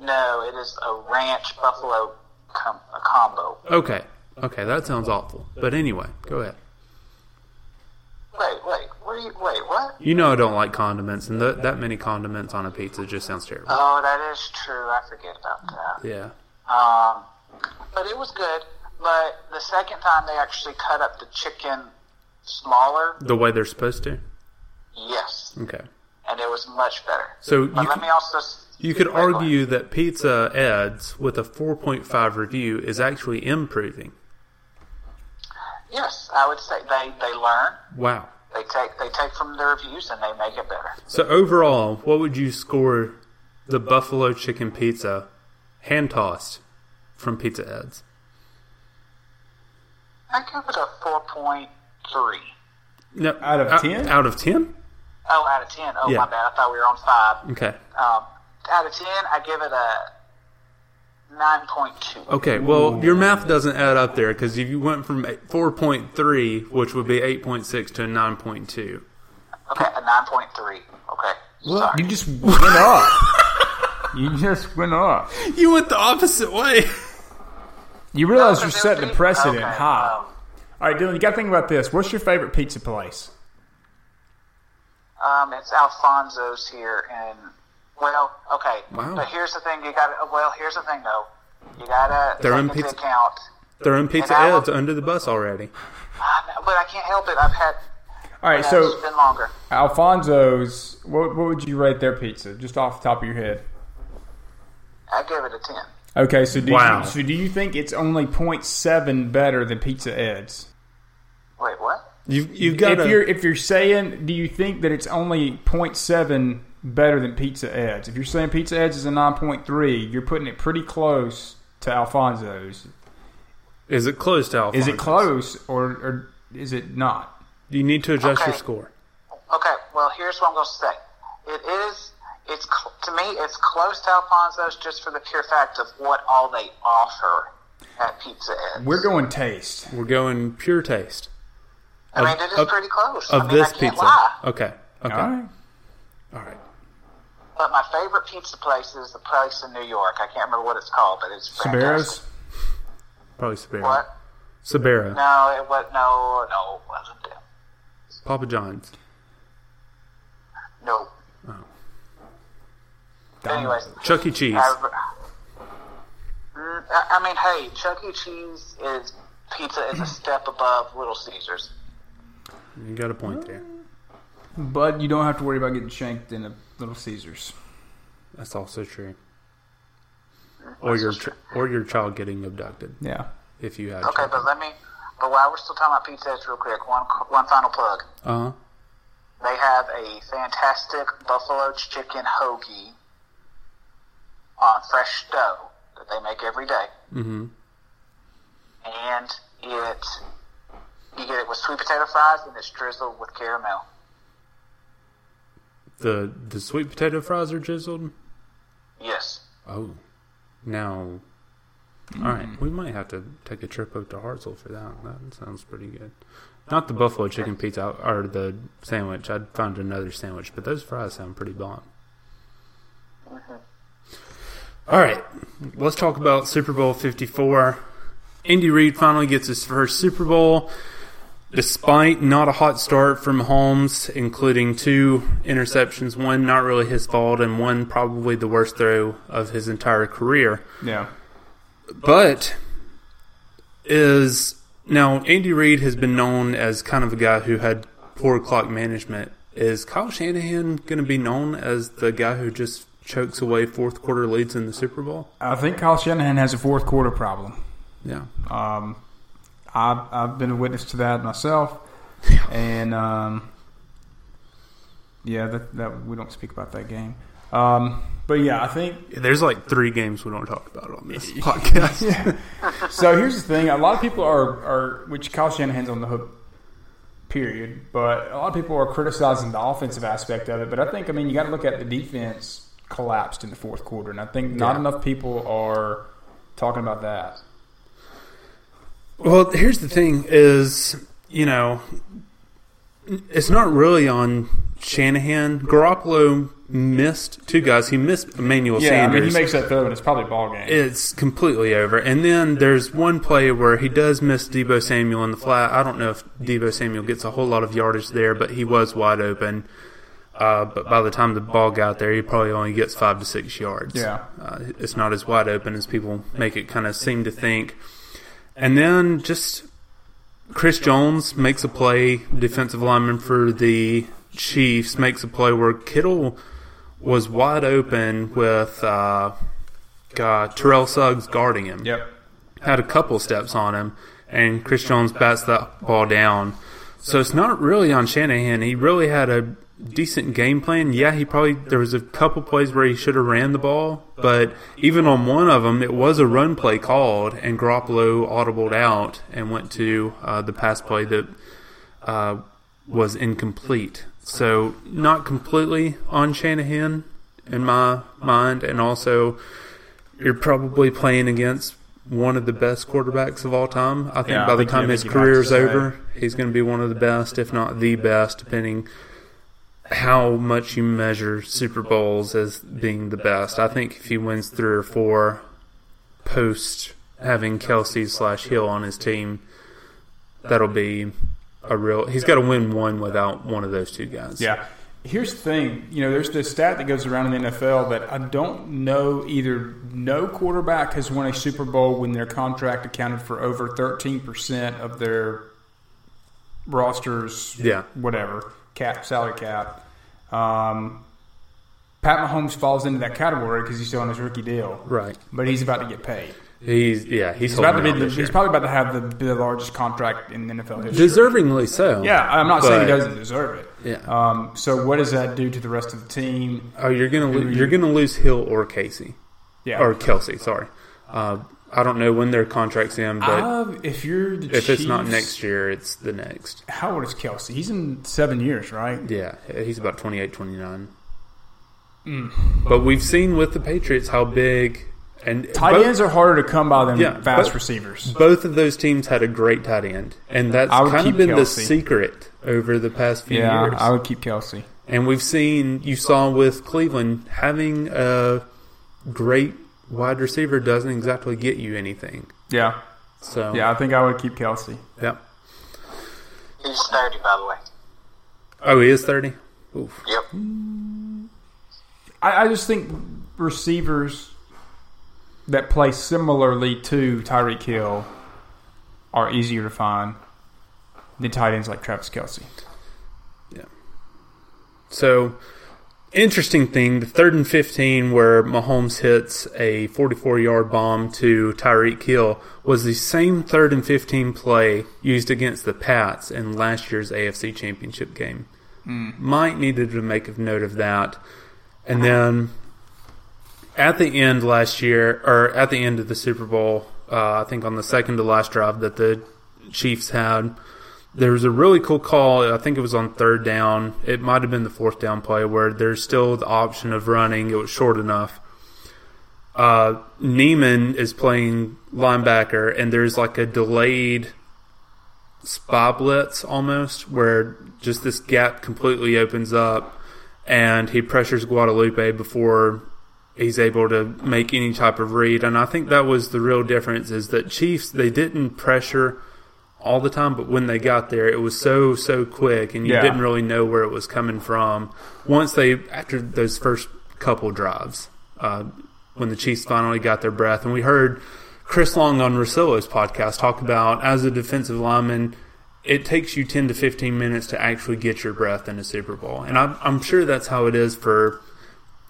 S3: No, it is a ranch buffalo com- a combo.
S1: Okay, okay, that sounds awful. But anyway, go ahead.
S3: Wait, wait, what are you, wait, what?
S1: You know I don't like condiments, and th- that many condiments on a pizza just sounds terrible.
S3: Oh, that is true. I forget about that.
S1: Yeah.
S3: Um, but it was good. But the second time they actually cut up the chicken smaller,
S1: The way they're supposed to?
S3: yes,
S1: Okay.
S3: and it was much better.
S1: So
S3: but
S1: you
S3: let
S1: could-
S3: me also s-
S1: You could
S3: wait, wait.
S1: argue that Pizza Ed's with a 4.5 review is actually improving.
S3: Yes, I would say they they learn.
S1: Wow.
S3: They take they take from their reviews and they make it better.
S1: So overall, what would you score the buffalo chicken pizza hand tossed from Pizza Ed's?
S3: I give it a four point three.
S1: No,
S2: Out of
S1: ou-
S2: 10?
S1: Out of 10?
S3: Oh, out of ten. Oh
S1: Yeah. Mm-hmm.
S3: my bad. I thought we were on five.
S1: Okay.
S3: Um, out of ten, I give it a nine point two.
S1: Okay, well, your math doesn't add up there because if you went from eight- 4.3, which would be 8.6, to 9.2.
S3: Okay, a nine point three. Okay.
S2: Look,
S3: Sorry.
S2: you just went off. You just went off.
S1: You went the opposite way.
S2: You realize
S3: Okay,
S2: you're setting
S3: okay.
S2: the precedent
S3: Okay,
S2: high.
S3: um,
S2: All right, Dylan, you got to think about this. What's your favorite pizza place?
S3: Um, it's Alfonso's here, and well, okay.
S1: Wow.
S3: But here's the thing: you got. to Well, here's the thing, though. You gotta
S1: Their
S3: take
S1: own
S3: into
S1: pizza-
S3: account.
S1: Throwing Pizza
S3: And I
S1: Ed's
S3: will-
S1: under the bus already.
S3: I know, but I can't help it. I've had.
S2: All right,
S3: yeah, it's
S2: so
S3: been longer.
S2: Alfonso's, what, what would you rate their pizza just off the top of your head?
S3: I give it a ten.
S2: Okay, so do,
S1: Wow.
S2: you, so do you think it's only 0.7 better than Pizza Ed's?
S3: Wait, what?
S1: You've, you've got
S2: if you're if you're saying, do you think that it's only 0.7 better than Pizza Ed's? If you're saying Pizza Ed's is a 9.3, you're putting it pretty close to Alfonso's.
S1: Is it close to Alphonse?
S2: Is it close or, or is it not?
S1: You need to adjust your
S3: Okay.
S1: score.
S3: Okay. Well, here's what I'm going to say. It is. It's cl- to me. It's close to Alfonso's just for the pure fact of what all they offer at Pizza Ed's.
S2: We're going taste.
S1: We're going pure taste
S3: I
S1: of-
S3: mean, it is
S1: of-
S3: pretty close.
S1: of
S3: I mean, I
S1: this
S3: can't
S1: pizza.
S3: Lie.
S1: Okay. Okay.
S2: All right.
S1: All right.
S3: But my favorite pizza place is the place in New York. I can't remember what it's called, but it's
S2: Saberos.
S3: fantastic.
S1: Probably Sabera.
S3: What?
S1: Sabera.
S3: No, it was no, no, it wasn't. them.
S1: Papa John's.
S3: No. Anyways,
S1: Oh. Chuck E. Cheese.
S3: I, Mm, I I mean, hey, Chuck E. Cheese is pizza is a step above Little Caesars.
S1: You got a point there.
S2: But you don't have to worry about getting shanked in a Little Caesars.
S1: That's also true. Or your ch- or your child getting abducted
S2: Yeah.
S1: if you had.
S3: Okay, but let me. But while we're still talking about pizza, it's real quick. One, one final plug.
S1: uh huh.
S3: They have a fantastic buffalo chicken hoagie on fresh dough that they make every day.
S1: Mm-hmm.
S3: and it you get it with sweet potato fries and it's drizzled with caramel.
S1: The the sweet potato fries are drizzled.
S3: Yes.
S1: Oh, now. All right, we might have to take a trip up to Hartzell for that. That sounds pretty good. Not the buffalo chicken pizza or the sandwich. I'd find another sandwich, but those fries sound pretty bomb. All right, let's talk about Super Bowl 54. Andy Reid finally gets his first Super Bowl, despite not a hot start from Holmes, including two interceptions, one not really his fault, and one probably the worst throw of his entire career.
S2: Yeah.
S1: But is now Andy Reid has been known as kind of a guy who had poor clock management. Is Kyle Shanahan going to be known as the guy who just chokes away fourth quarter leads in the Super Bowl?
S2: I think Kyle Shanahan has a fourth quarter problem.
S1: Yeah.
S2: Um, I've, I've been a witness to that myself. And um, yeah, that, that we don't speak about that game. Um, but yeah, I think
S1: There's like three games we don't talk about on this podcast.
S2: so here's the thing: a lot of people are, are which Kyle Shanahan's on the hook period. But a lot of people are criticizing the offensive aspect of it. But I think, I mean, you got to look at the defense collapsed in the fourth quarter, and I think not
S1: Yeah.
S2: enough people are talking about that.
S1: Well, here's the thing: is you know, it's not really on Shanahan. Garoppolo missed two guys. He missed Emmanuel
S2: Yeah,
S1: Sanders.
S2: I mean, he makes that throw, and it's probably a ball game.
S1: it's completely over. And then there's one play where he does miss Debo Samuel in the flat. I don't know if Debo Samuel gets a whole lot of yardage there, but he was wide open. Uh, but by the time the ball got there, he probably only gets five to six yards.
S2: Yeah.
S1: Uh, it's not as wide open as people make it kind of seem to think. And then just Chris Jones makes a play, defensive lineman for the Chiefs makes a play where Kittle was wide open with uh, uh, Terrell Suggs guarding him.
S2: Yep.
S1: Had a couple steps on him, and Chris Jones bats that ball down. So it's not really on Shanahan. He really had a decent game plan. Yeah, he probably there was a couple plays where he should have ran the ball, but even on one of them, it was a run play called, and Garoppolo audibled out and went to uh, the pass play that uh, was incomplete. So not completely on Shanahan in my mind, and also you're probably playing against one of the best quarterbacks of all time. I think
S2: Yeah, I
S1: by the
S2: think you- I
S1: time
S2: think
S1: his
S2: you'd have to
S1: career's
S2: say.
S1: over, he's going to be one of the best, if not the best, depending how much you measure Super Bowls as being the best. I think if he wins three or four post having Kelsey slash Hill on his team, that'll be a real. He's got to win one without one of those two guys.
S2: Yeah. Here's the thing, you know, there's this stat that goes around in the NFL that I don't know either no quarterback has won a Super Bowl when their contract accounted for over 13% of their roster's
S1: Yeah.
S2: whatever, cap salary cap. Um, Pat Mahomes falls into that category because he's still on his rookie deal.
S1: Right.
S2: But he's about to get paid.
S1: He's yeah. He's,
S2: He's, about to
S1: holding
S2: be
S1: on
S2: the,
S1: this year.
S2: he's probably about to have the, be the largest contract in NFL history.
S1: deservingly so.
S2: yeah, I'm not saying he
S1: but-
S2: doesn't deserve it.
S1: Yeah.
S2: Um, so what does that do to the rest of the team?
S1: Oh, you're gonna lo- you're gonna lose Hill or Casey
S2: Yeah.
S1: or Kelsey. Sorry, uh, I don't know when their contracts end, but
S2: Uh, if you're the
S1: if it's not
S2: Chiefs-
S1: next year, it's the next.
S2: how old is Kelsey? He's in seven years, right?
S1: Yeah, he's about 28, 29.
S2: Hmm.
S1: But we've seen with the Patriots how big and
S2: Tight
S1: both,
S2: ends are harder to come by than
S1: Yeah,
S2: fast
S1: but-
S2: receivers.
S1: both of those teams had a great tight end, and that's
S2: I would
S1: kind
S2: keep
S1: of been
S2: Kelsey.
S1: the secret over the past few
S2: Yeah,
S1: years.
S2: I would keep Kelsey.
S1: And we've seen, you saw with Cleveland, having a great wide receiver doesn't exactly get you anything.
S2: Yeah,
S1: So,
S2: yeah, I think I would keep Kelsey.
S1: yeah.
S3: He's 30, by the way.
S1: Oh, he is 30? Oof.
S3: Yep.
S2: I, I just think receivers that play similarly to Tyreek Hill are easier to find than tight ends like Travis Kelsey.
S1: So, interesting thing the third and 15, where Mahomes hits a 44 yard bomb to Tyreek Hill, was the same third and 15 play used against the Pats in last year's AFC Championship game. Mike needed to make a note of that. And then at the end last year, or at the end of the Super Bowl, uh, I think on the second to last drive that the Chiefs had, there was a really cool call. I think it was on third down. It might have been the fourth down play where there's still the option of running. It was short enough. Uh, Neiman is playing linebacker, and there's like a delayed spy blitz almost, where just this gap completely opens up, and he pressures Guadalupe before he's able to make any type of read. And I think that was the real difference is that Chiefs they didn't pressure all the time, but when they got there, it was so so quick, and you
S2: Yeah.
S1: didn't really know where it was coming from. Once they after those first couple drives, uh, when the Chiefs finally got their breath, and we heard Chris Long on Rosillo's podcast talk about as a defensive lineman. It takes you 10 to 15 minutes to actually get your breath in a Super Bowl. And I'm, I'm sure that's how it is for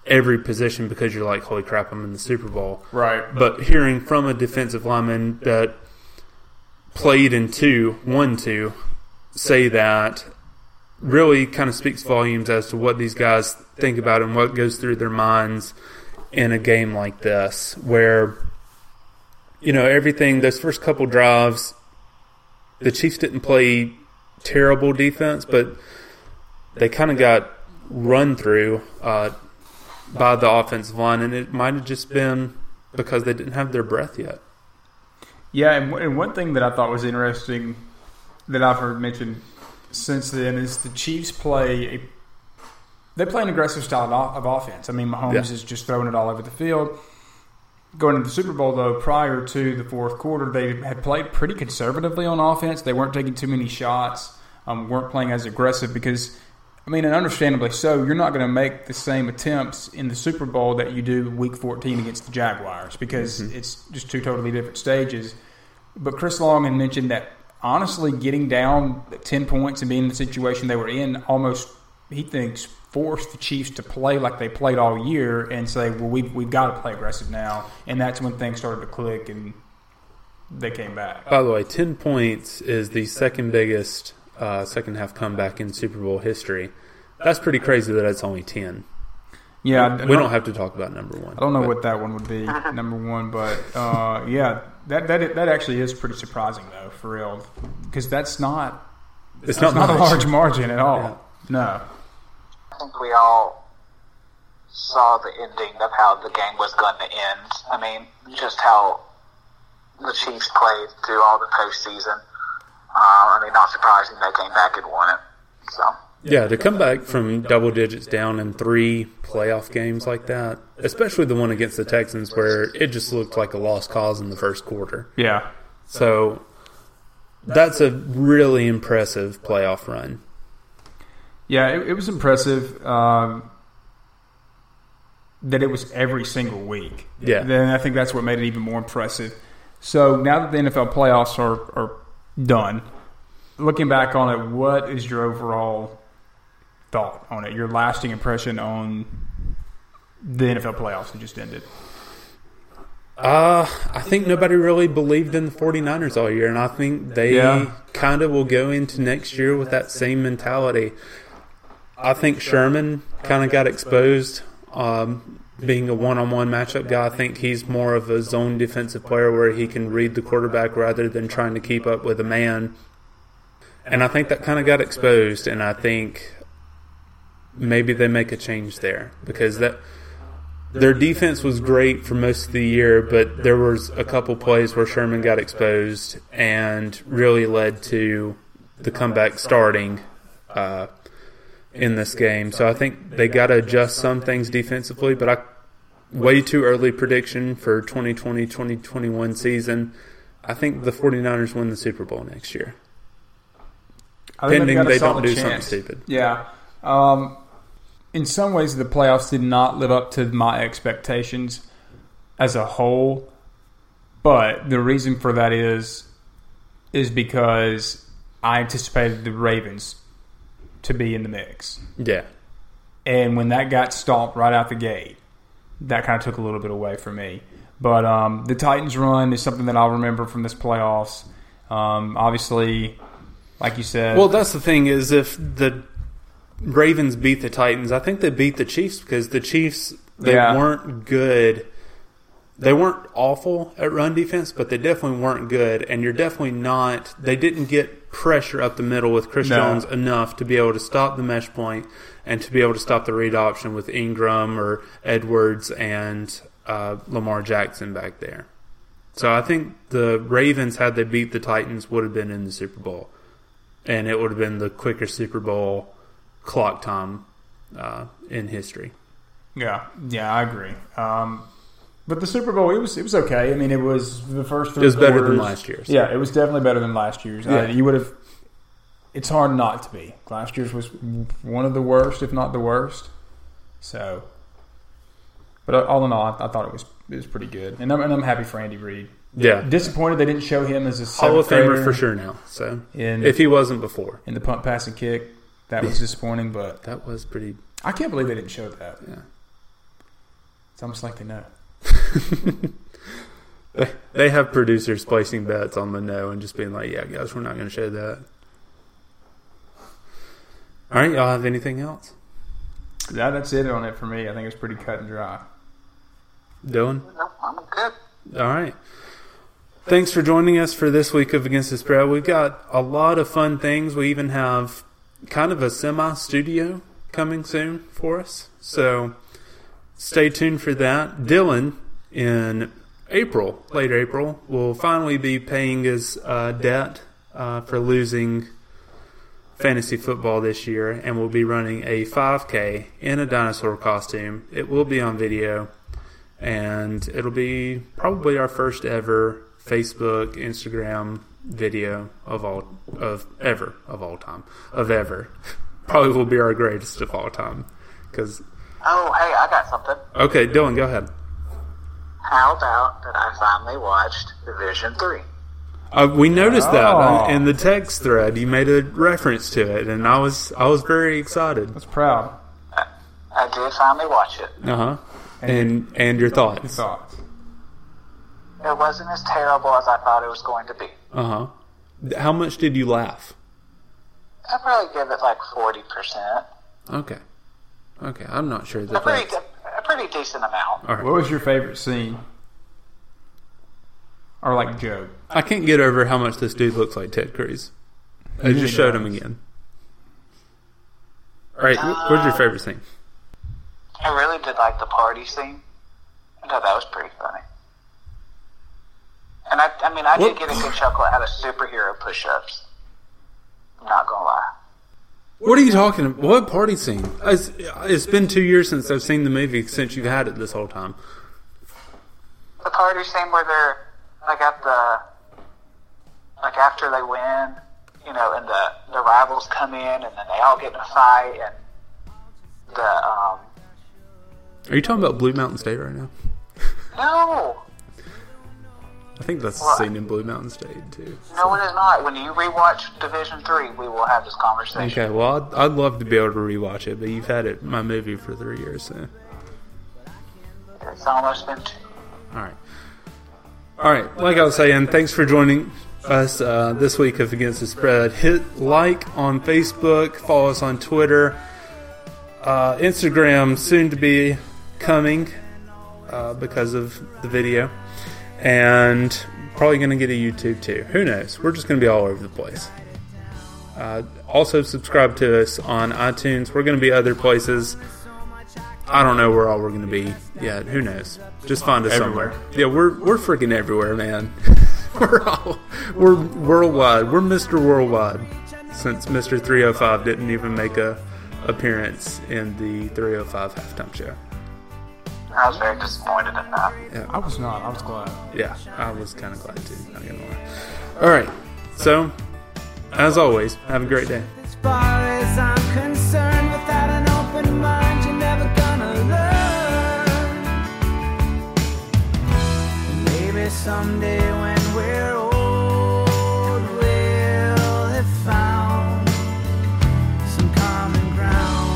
S1: every position because you're like, holy crap, I'm in the Super Bowl.
S2: Right.
S1: But hearing from a defensive lineman that played in two, one two, say that really kind of speaks volumes as to what these guys think about and what goes through their minds in a game like this, where you know everything. Those first couple drives, the Chiefs didn't play terrible defense, but they kind of got run through uh, by the offensive line, and it might have just been because they didn't have their breath yet.
S2: Yeah, and, and one thing that I thought was interesting that I've heard mentioned since then is the Chiefs play a they play an aggressive style of of offense. I mean, Mahomes
S1: Yeah.
S2: is just throwing it all over the field. Going into the Super Bowl, though, prior to the fourth quarter, they had played pretty conservatively on offense. They weren't taking too many shots, um, weren't playing as aggressive because, I mean, and understandably so, you're not going to make the same attempts in the Super Bowl that you do Week 14 against the Jaguars because it's just two totally different stages. But Chris Long had mentioned that honestly, getting down 10 points and being in the situation they were in almost, he thinks, forced the Chiefs to play like they played all year and say, well, we've, we've got to play aggressive now. And that's when things started to click and they came back.
S1: By the way, 10 points is the second biggest uh, second half comeback in Super Bowl history. That's pretty crazy that it's only 10.
S2: Yeah, I- I
S1: We don't have to talk about number one.
S2: I don't know what that one would be, number one, but uh, yeah, that, that that actually is pretty surprising though, for real, because that's not
S1: It's
S2: that's
S1: not,
S2: not a
S1: much.
S2: large margin at all. No,
S3: I think we all saw the ending of how the game was going to end. I mean, just how the Chiefs played through all the postseason. Uh, I mean, not surprising they came back and won it. So,
S1: Yeah, to come back from double digits down in three playoff games like that, especially the one against the Texans where it just looked like a lost cause in the first quarter.
S2: yeah,
S1: So that's a really impressive playoff run.
S2: Yeah, it, it was impressive um, that it was every single week.
S1: Yeah.
S2: Then I think that's what made it even more impressive. So now that the NFL playoffs are, are done, looking back on it, what is your overall thought on it? Your lasting impression on the NFL playoffs that just ended?
S1: Uh, I think nobody really believed in the 49ers all year, and I think they
S2: Yeah.
S1: kind of will go into next year with that same mentality. I think Sherman kind of got exposed um, being a one on one matchup guy. I think he's more of a zone defensive player where he can read the quarterback rather than trying to keep up with a man. And I think that kind of got exposed, and I think maybe they make a change there because that their defense was great for most of the year, but there was a couple plays where Sherman got exposed and really led to the comeback starting uh, in this game. So I think they got to adjust some things defensively, but I way too early prediction for 2020-2021 season. I think the 49ers win the Super Bowl next year.
S2: I think
S1: Pending
S2: they've got a
S1: they don't
S2: solid
S1: do something stupid.
S2: Yeah. Um, in some ways, the playoffs did not live up to my expectations as a whole. But the reason for that is is because I anticipated the Ravens to be in the mix.
S1: Yeah.
S2: And when that got stomped right out the gate, that kind of took a little bit away from me. But um, the Titans run is something that I'll remember from this playoffs. Um, obviously, like you said,
S1: Well, that's the thing is if the Ravens beat the Titans, I think they beat the Chiefs because the Chiefs they
S2: Yeah.
S1: weren't good. They weren't awful at run defense, but they definitely weren't good. And you're definitely not. They didn't get pressure up the middle with Chris
S2: No.
S1: Jones enough to be able to stop the mesh point and to be able to stop the read option with Ingram or Edwards and uh, Lamar Jackson back there. So I think the Ravens, had they beat the Titans, would have been in the Super Bowl, and it would have been the quicker Super Bowl clock time uh, in history.
S2: Yeah, yeah, I agree. Um, but the Super Bowl, it was it was okay. I mean, it was the first. Three
S1: It was better than
S2: quarters-
S1: last year's.
S2: Yeah, it was definitely better than last year's. Uh,
S1: Yeah.
S2: you would have. It's hard not to be. Last year's was one of the worst, if not the worst. So, but uh, all in all, I, I thought it was it was pretty good, and I'm, and I'm happy for Andy Reid.
S1: Yeah,
S2: Disappointed they didn't show him as a
S1: Hall of
S2: seventh
S1: Famer
S2: grader
S1: for sure now. So
S2: In
S1: if he wasn't before,
S2: in the punt, pass, and kick, that was disappointing. But
S1: that was pretty.
S2: I can't believe they didn't show that.
S1: Yeah.
S2: It's almost like they know.
S1: They- They have producers placing bets on the no and just being like, "Yeah, guys, we're not going to show that." All right, y'all have anything else,
S2: That, that's it on it for me. I think it's pretty cut and dry.
S1: Dylan?
S3: no, I'm good.
S1: All right. Thanks for joining us for this week of Against the Spread. We've got a lot of fun things. We even have kind of a semi studio coming soon for us. So stay tuned for that. Dylan in April, late April, will finally be paying his uh, debt uh, for losing fantasy football this year and will be running a 5K in a dinosaur costume. It will be on video and it'll be probably our first ever Facebook, Instagram video of all of ever of all time of ever. Probably will be our greatest of all time because
S3: Oh, hey, I got something.
S1: okay, Dylan, go ahead.
S3: How about that I finally watched Division 3?
S1: Uh, we noticed
S2: Oh.
S1: that in the text thread. You made a reference to it, and I was I was very excited.
S2: That's proud.
S3: I did finally watch it.
S1: Uh huh. And and your thoughts? Uh
S2: Thoughts.
S3: It wasn't as terrible as I thought it was going to be.
S1: huh. Uh-huh. How much did you laugh?
S3: I'd probably give it like 40%.
S1: Okay. Okay, I'm not sure
S3: A
S1: that.
S3: pretty,
S1: that's-
S3: de- a pretty decent amount.
S1: All right.
S2: What was your favorite scene? Or like joke?
S1: I can't get over how much this dude looks like Ted Cruz. I
S2: He
S1: just showed him
S2: does.
S1: again. All right, wh- what's your favorite thing?
S3: I really did like the party scene. I thought that was pretty funny. And I, I mean, I
S1: What
S3: did get a
S1: part?
S3: good chuckle out of superhero push-ups. I'm not gonna lie.
S1: What are you talking about? What party scene? It's, it's been two years since I've seen the movie, since you've had it this whole time.
S3: The party scene where they're like at the like after they win, you know, and the the rivals come in, and then they all get in a fight, and the um
S1: Are you talking about Blue Mountain State right now?
S3: no,
S1: I think that's the
S3: What?
S1: scene in Blue Mountain State, too.
S3: no, it is not. When you rewatch Division Three, we will have this conversation.
S1: Okay, well, I'd, I'd love to be able to rewatch it, but you've had it my movie for three years, so.
S3: It's almost been two.
S1: All right. All right. Like I was saying, thanks for joining us uh, this week of Against the Spread. Hit like on Facebook, follow us on Twitter, uh, Instagram soon to be coming uh, because of the video, and probably going to get a YouTube too. Who knows? We're just going to be all over the place. Uh, also, subscribe to us on iTunes. We're going to be other places. I don't know where all we're going to be yet. Who knows? Just find us
S2: Everywhere.
S1: somewhere. Yeah, we're we're freaking everywhere, man. we're all we're worldwide. We're Mr. Worldwide. Since Mr. 305 didn't even make a appearance in the 305 halftime show.
S3: I was very disappointed in that.
S2: I was not. I was glad.
S1: Yeah, I was kind of glad too. Not gonna lie. All right. So, as always, have a great day.
S5: As far as I'm concerned, without an open mind, you're never gonna learn. And Maybe someday when we're old, we'll have found some common ground.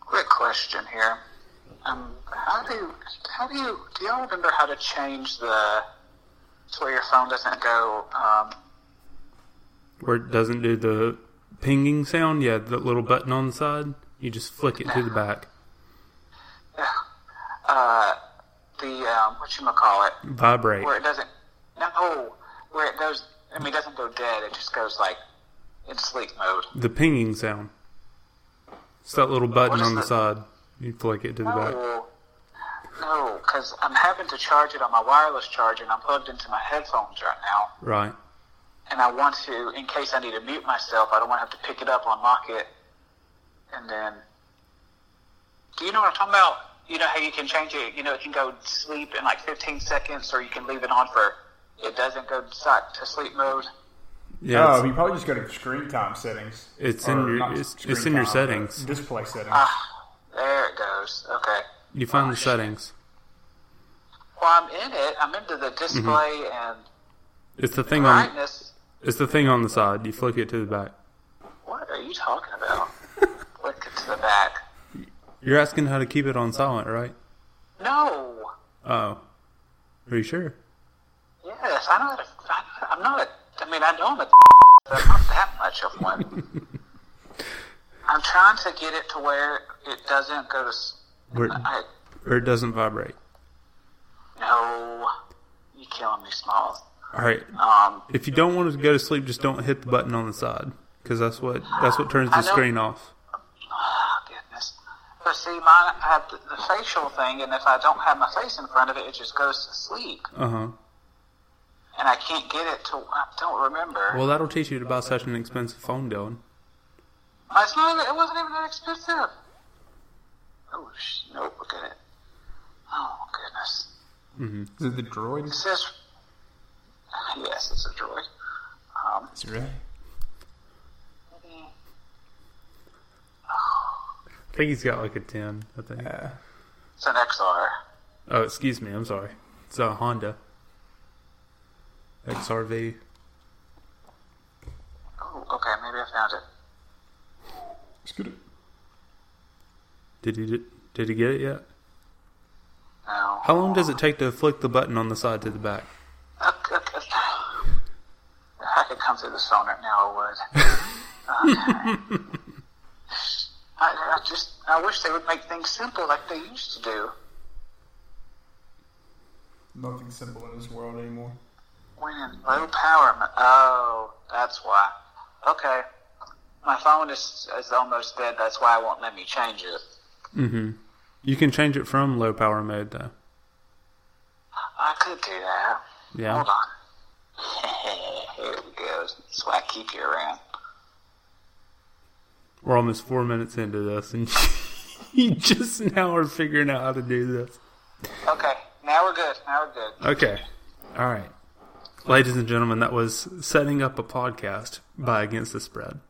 S3: Quick question here. Um, how do how do you do y'all remember how to change the so your phone doesn't go? Um,
S1: Where it doesn't do the pinging sound, yeah, that little button on the side, you just flick it to the back.
S3: uh, the um, what you call it,
S1: Vibrate.
S3: where it doesn't no, where it goes. I mean, it doesn't go dead. It just goes like in sleep mode.
S1: The pinging sound. It's that little button on the side. You flick it to the back.
S3: No, no, because I'm having to charge it on my wireless charger, and I'm plugged into my headphones right now.
S1: Right.
S3: and I want to, in case I need to mute myself, I don't want to have to pick it up, unlock it, and then. Do you know what I'm talking about? You know how you can change it. You know, it can go sleep in like 15 seconds, or you can leave it on for. It doesn't go si- to sleep mode.
S1: Yeah.
S2: oh,
S1: it's-
S2: you probably just go to screen time settings.
S1: It's in
S2: Or
S1: your-
S2: not
S1: it's-
S2: screen
S1: it's in your
S2: time,
S1: settings.
S2: but Display settings.
S3: There it goes. Okay.
S1: you find the settings.
S3: Well, I'm in it. I'm into the display and
S1: It's the thing on.
S3: brightness.
S1: It's the thing on the side. You flick it to the back.
S3: What are you talking about? Look to the back.
S1: You're asking how to keep it on silent, right?
S3: No.
S1: Oh. Are you sure?
S3: Yes, I know how to. I, I'm not. A, I mean, I know I'm a. But I'm not that much of one. I'm trying to get it to where it doesn't go to. s-
S1: Where,
S3: I,
S1: where it doesn't vibrate.
S3: no, you killing me, Smalls.
S1: All right.
S3: Um,
S1: If you don't want it to go to sleep, just don't hit the button on the side because that's what that's what turns the
S3: know.
S1: screen off.
S3: oh, goodness. But see, mine I have the, the facial thing, and if I don't have my face in front of it, it just goes to sleep,
S1: Uh huh.
S3: and I can't get it to. I don't remember.
S1: Well, that'll teach you to buy such an expensive phone, Dylan.
S3: it's not. even- It wasn't even that expensive. Oh sh- nope, look at it. Oh goodness.
S2: Is it the droid?
S3: It says, yes, it's a droid. Um,
S2: Is it really?
S1: I think he's got like a ten. I think.
S2: Uh,
S3: it's an XR.
S1: Oh, excuse me. I'm sorry. It's a Honda XRV.
S3: Oh, okay, maybe I found it.
S2: scoot it.
S1: Did he did he get it yet?
S3: No.
S1: How long does it take to flick the button on the side to the back?
S3: Okay, okay. If I could come through the phone right now, I would. Okay. I, I just, I wish they would make things simple like they used to do.
S2: Nothing simple in this world anymore.
S3: When in low power, mo- oh, that's why. Okay, my phone is is almost dead. That's why it won't let me change it.
S1: You can change it from low power mode though.
S3: I could do that.
S1: Yeah.
S3: Hold on. Here it goes. That's why I keep you around.
S1: We're almost four minutes into this, and you just now are figuring out how to do this.
S3: Okay, now we're good. Now we're good.
S1: Okay. All right. Ladies and gentlemen, that was Setting Up a Podcast by Against the Spread.